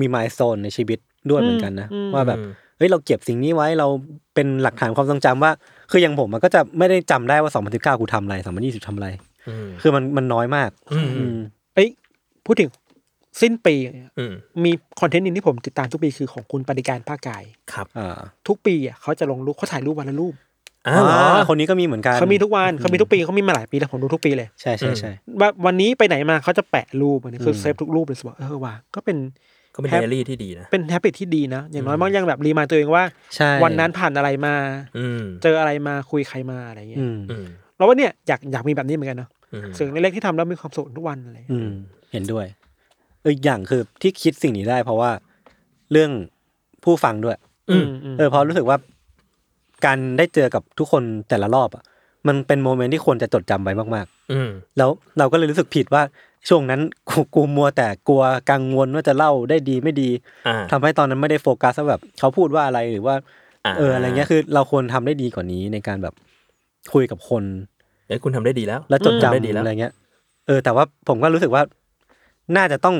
Speaker 2: มีมายโซนในชีวิตด้วยเหมือนกันนะ
Speaker 3: อืม
Speaker 2: ว่าแบบ
Speaker 1: อืม
Speaker 2: เฮ้ยเราเก็บสิ่งนี้ไว้เราเป็นหลักฐานความทรงจำว่า คืออย่างผมมันก็จะไม่ได้จำได้ว่า 2019กูทำอะไร 2020ทำอะไร
Speaker 1: อืม
Speaker 2: คือมันมันน้อยมาก
Speaker 1: อืม
Speaker 2: อืม
Speaker 3: เอ้ยพูดถึงสิ้นปีอย่างเงี้ย
Speaker 1: อืม
Speaker 3: มีคอนเทนต์หนึงที่ผมติดตามทุกปีคือของคุณปฏิการภาคกาย
Speaker 1: ครับ
Speaker 2: อ่า
Speaker 3: ทุกปีอ่ะเขาจะลงรูปเขาถ่ายรูปวันละรูป
Speaker 1: อ้าวเหรอ
Speaker 2: อ่าคนนี้ก็มีเหมือนกัน
Speaker 3: เขามีทุกวันเขามีทุกปีเขามีมาหลายปีแล้วผมดูทุกปีเลย
Speaker 2: ใช่ใช่ใช่
Speaker 3: ว่าวันนี้ไปไหนมาเขาจะแปะรูปอันนี้คือ
Speaker 2: ม
Speaker 3: อเซฟทุกรูปเลยสมมติว่าเออว่าก็เป็น
Speaker 1: ก็เป็น
Speaker 3: แฮป
Speaker 1: ไดอารี่ที่ดีนะ
Speaker 3: เป็นแฮปปี้ที่ดีนะ อย่างน้อยมันยังแบบรีมายตัวเองว่า
Speaker 2: ใช่
Speaker 3: วันนั้นผ่านอะไรมา
Speaker 1: อืม
Speaker 3: เจออะไรมาคุยใครมาอะไรเงี้ย
Speaker 2: อืม
Speaker 1: อืม
Speaker 3: เราว่าเนี่ยอยากอยากมีแบบนี้เหมือนกันเนาะ
Speaker 1: อืม
Speaker 3: สิ่งเล็กๆที่ทำแล้วมีความสุขทุกวันอะไร
Speaker 2: อืมเห็นด้วยเอออีกอย่างคือที่คิดสิ่งนี้ได้ เพราะว่าเรื่องผู้ฟังด้วย
Speaker 1: อืม
Speaker 3: ม
Speaker 2: เออเพอรู้สึกว่า การได้เจอกับทุกคนแต่ละรอบอ่ะมันเป็นโมเมนต์ที่ควรจะจดจำไว้มาก
Speaker 1: อืม
Speaker 2: ๆ แล้วเราก็เลยรู้สึกผิดว่าช่วงนั้น กูกูมัวแต่กลัวกังวลว่าจะเล่าได้ดีไม่ดี
Speaker 1: อ่า
Speaker 2: ทำให้ตอนนั้นไม่ได้โฟกัสว่าแบบเขาพูดว่าอะไรหรือว่า เอออะไรเงี้ยคือเราควรทำได้ดีกว่านี้ในการแบบคุยกับคน
Speaker 1: เอ้ยคุณทำได้ดีแล้ว
Speaker 2: แล้วจด
Speaker 1: อืมได้ดี
Speaker 2: จำ
Speaker 1: แล้ว
Speaker 2: อะไรเงี้ย เออ แต่ว่าผมก็รู้สึกว่า น่าจะต้อง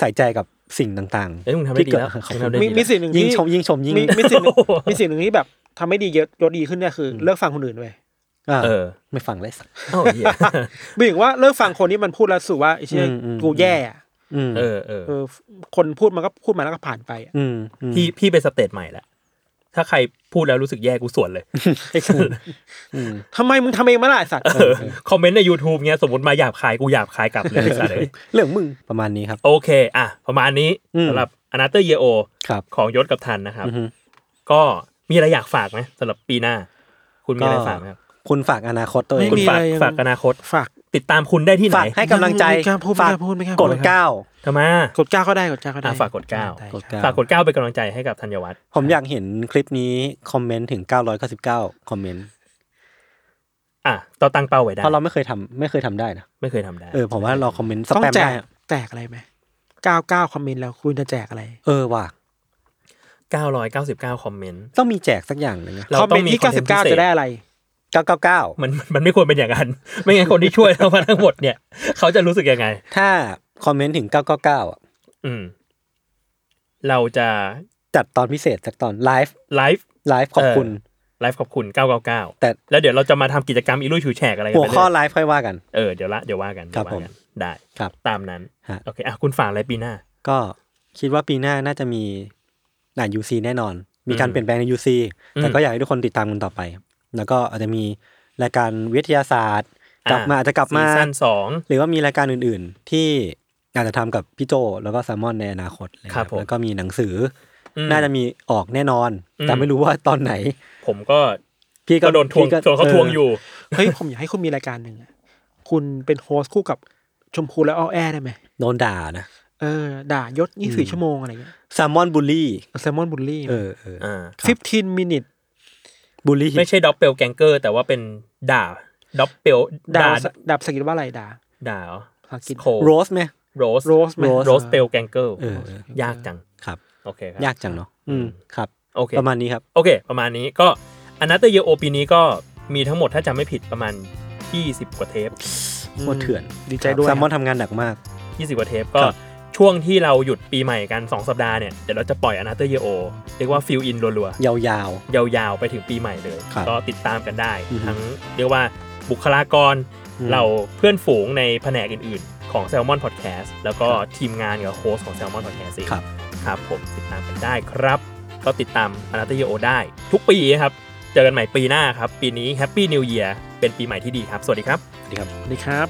Speaker 2: ใส่ใจกับสิ่งต่าง
Speaker 1: เอ้ยคุณทำ
Speaker 2: ๆ
Speaker 1: ได้
Speaker 2: ที่
Speaker 1: ดี
Speaker 2: เกิด
Speaker 1: แล้ว
Speaker 2: ขอบ
Speaker 1: คุณ
Speaker 2: คุ
Speaker 1: ทำ
Speaker 2: ณ
Speaker 1: ได้
Speaker 3: มี
Speaker 1: ดี
Speaker 3: มี
Speaker 1: แล้ว
Speaker 3: สิ่งหนึ่ง
Speaker 2: ยิ่ง
Speaker 3: ที่
Speaker 2: ชมยิ่งชมยิ่ง
Speaker 3: มีมีสิ่งหนึ่ง มีสิ่งหนึ่งที่แบบทำให้ดีเยอะยศดีขึ้นเนี่ยคือ เลิกฟังคนอื่นเว้ย
Speaker 2: อ่า
Speaker 1: เออ
Speaker 2: ไม่ฟังเลยสัก
Speaker 1: เอ้าเหี้ย
Speaker 3: หมายถึงว่าเลิกฟังคนที่มันพูดแล้วรู้สูว่าไอ้เชี่ย
Speaker 2: อืมอืม
Speaker 3: กูแย่อะ
Speaker 2: อืม
Speaker 1: เออเออ
Speaker 3: เออคนพูดมันก็พูดมาแล้วก็ผ่านไปอะ
Speaker 2: อืมอืม
Speaker 1: พี่พี่เป็นสเตจใหม่ละถ้าใครพูดแล้วรู้สึกแย่กูสวนเลย
Speaker 2: อืม
Speaker 3: ทำไมมึงทำเองไม่ได้ไอ้สัตว์
Speaker 1: เออคอมเมนต์ใน YouTube เงี้ยสมมติมาหยาบคายกูหยาบคายกลับเลยไอ้สัตว์เลย
Speaker 2: เรื่องมึงประมาณนี้ครับ
Speaker 1: โอเค อ่ะ ประมาณนี้
Speaker 2: อืม
Speaker 1: สำหรับ a n o t h e r Year O
Speaker 2: ครับ
Speaker 1: ของยศกับทันนะครับ
Speaker 2: อือฮึ
Speaker 1: ก็มีอะไรอยากฝากไหมสำหรับปีหน้า คุณมีอะไรฝากไหมครับ
Speaker 2: คุณฝากอนาคตตัวเอง
Speaker 1: คุณฝากฝากอนาคต
Speaker 3: ฝาก
Speaker 1: ติดตามคุณได้ที่ไหน
Speaker 2: ฝากให้กำลังใจ
Speaker 3: ไม่กล้าพูด
Speaker 2: ฝาก
Speaker 3: ไม่กล้าพูดไม่กล้าพู
Speaker 2: ก
Speaker 3: ด
Speaker 2: ดเก้า
Speaker 1: ทำไม
Speaker 3: กดเก้าก็ได้กดเก้าก็ได้
Speaker 1: อ่ะฝากกดเก้า
Speaker 3: ได้
Speaker 2: กดเก้า
Speaker 1: ฝากกดเก้าเป็นกำลังใจให้กับธัญวัฒน์
Speaker 2: ผมอยากเห็นคลิปนี้คอมเมนต์ถึง 999 คอมเมนต์
Speaker 1: อ่ะต่อตั้งเป้าไว้ได้
Speaker 2: เพราะเราไม่เคยทำไม่เคยทำได้นะ
Speaker 1: ไม่เคยทำได้
Speaker 2: เออผมว่าเราคอมเมนต์ส
Speaker 3: ต้อง
Speaker 2: แปม
Speaker 3: แจ
Speaker 2: ได้
Speaker 3: กแจกอะไรไหมเก้าเก้าคอมเมนต์แล้วคุณจะแจกอะไร
Speaker 2: เออว่ะ
Speaker 1: เก้าร้อยเก้าสิบเก้าคอมเมนต์
Speaker 2: ต้องมีแจกสักอย่างหนึ่งนะ
Speaker 1: เรา
Speaker 3: คอม
Speaker 1: ต้
Speaker 3: เม
Speaker 1: อน ง
Speaker 3: ต์
Speaker 1: มี
Speaker 3: ที่
Speaker 1: คอนเทนต์พิเศษ
Speaker 3: 99 จะได้อะไร
Speaker 2: 999
Speaker 1: มันมันมันไม่ควรเป็นอย่างนั้น ไม่งั้นคนที่ช่วยเรามาทั้งหมดเนี่ย เขาจะรู้สึกยังไง
Speaker 2: ถ้าคอมเมนต์ถึง 999อ่ะ
Speaker 1: อืม เราจะ
Speaker 2: จัดตอนพิเศษจากตอนไลฟ์
Speaker 1: ไลฟ์
Speaker 2: ไลฟ์ขอบคุณ
Speaker 1: ไลฟ์ขอบคุณ 999
Speaker 2: แต่
Speaker 1: แล้วเดี๋ยวเราจะมาทำกิจกรรมอีลุยชูแฉกอะไรกัน
Speaker 2: หัว
Speaker 1: ไป
Speaker 2: ข้อ
Speaker 1: เรื่อย
Speaker 2: ไลฟ์ค่อยว่ากัน
Speaker 1: เออเดี๋ยวละเดี๋ยวว่ากัน
Speaker 2: ครับ
Speaker 1: เดี๋ยวว่ากันได้
Speaker 2: ครับ
Speaker 1: ตามนั้น
Speaker 2: ฮะ
Speaker 1: โอเคอ่ะคุณฝากอะไรปีหน้า
Speaker 2: ก็คิดว่าปีหน้าน่าจะมีหนายูซีแน่นอน มีการ
Speaker 1: อืม
Speaker 2: เปลี่ยนแปลงใน UC
Speaker 1: อืม
Speaker 2: แต่ก็อยากให้ทุกคนติดตามกันต่อไป แล้วก็อาจจะมีรายการวิทยาศาสตร์
Speaker 1: อ่าก ก
Speaker 2: ลับมาอาจจะกลับ
Speaker 1: ซี
Speaker 2: มา
Speaker 1: ซั่นสอง
Speaker 2: หรือว่ามีรายการอื่นๆ ที่อาจจะทำกับพี่โจแล้วก็แซมมอนในอนาคตอะไเงี้ย
Speaker 1: ครับผม
Speaker 2: แล้วก็มีหนังสืออ
Speaker 1: ม
Speaker 2: น่าจะมีออกแน่นอน
Speaker 1: อืม
Speaker 2: แต่ไม่รู้ว่าตอนไหน
Speaker 1: ผมก็
Speaker 2: พี่
Speaker 1: ก็โดนทวง
Speaker 2: พี่ก็
Speaker 1: ทวงเขาทวงอยู่
Speaker 3: เฮ้ย ผมอยากให้คุณมีรายการหนึ่งอะคุณเป็นโฮสต์คู่กับชมพูและอ้อแอได้ไหม
Speaker 2: โดนด่านะ
Speaker 3: เออ ด่ายศ 24 ชั่วโมงอะไรเงี้ย
Speaker 2: แซมมอนบูลลี่
Speaker 3: แซมมอนบุลลี่
Speaker 2: เออเออ
Speaker 1: อ่า
Speaker 3: 15 มินิท
Speaker 2: บูลลี่
Speaker 1: ไม่ใช่ด็อปเปลแกงเกอร์ แต่ว่าเป็นด่าด็อปเปล
Speaker 3: ดา
Speaker 1: ด่าว
Speaker 3: ดาบสกิดว่าอะไรดา
Speaker 1: ด่าเหรอ
Speaker 3: ภาษาอังกิน
Speaker 1: โค
Speaker 2: โรสไหม
Speaker 1: โรสโร
Speaker 3: Rose ไหม
Speaker 1: สโรสเปลแกงเกอร์
Speaker 2: เออเออ
Speaker 1: ยากจัง
Speaker 2: ครับ
Speaker 1: โอเคครับ
Speaker 2: ยากจังเนาะอืมครับ
Speaker 1: โอเค
Speaker 2: ประมาณนี้ครับ
Speaker 1: โอเค ประมาณนี้ก็อนาเตอร์เยโอปีนี้ก็มีทั้งหมดถ้าจำไม่ผิดประมาณ 20 กว่าเทป
Speaker 2: โคตรเถื่อน
Speaker 3: ดีใจด้วย
Speaker 2: แซมมอนทำงานหนักมาก
Speaker 1: 20 กว่าเทปก็
Speaker 2: ครับ
Speaker 1: ช่วงที่เราหยุดปีใหม่กัน 2 สัปดาห์เนี่ย เดี๋ยวเราจะปล่อยอนาเตอร์เยโอเรียกว่าฟิลอินรัวย
Speaker 2: าวๆ
Speaker 1: ๆ ยาวๆ ไปถึงปีใหม่เลย
Speaker 2: ครับ
Speaker 1: ก็ติดตามกันได้
Speaker 2: อือฮึ
Speaker 1: ทั้งเรียกว่าบุคลากร
Speaker 2: อืม
Speaker 1: เราเพื่อนฝูงในแผนกอื่นๆ ของ Salmon Podcast แล้วก็ทีมงานกับโฮสต์ของ Salmon Podcast เอง
Speaker 2: ครับ
Speaker 1: ครับผมติดตามกันได้ครับ ก็ติดตามอนาเตอร์เยโอได้ ทุกปีนะครับ เจอกันใหม่ปีหน้าครับ ปีนี้แฮปปี้นิว e a ยเป็นปีใหม่ที่ดีครับ สวัสดีครับ
Speaker 3: สวัสดีครับ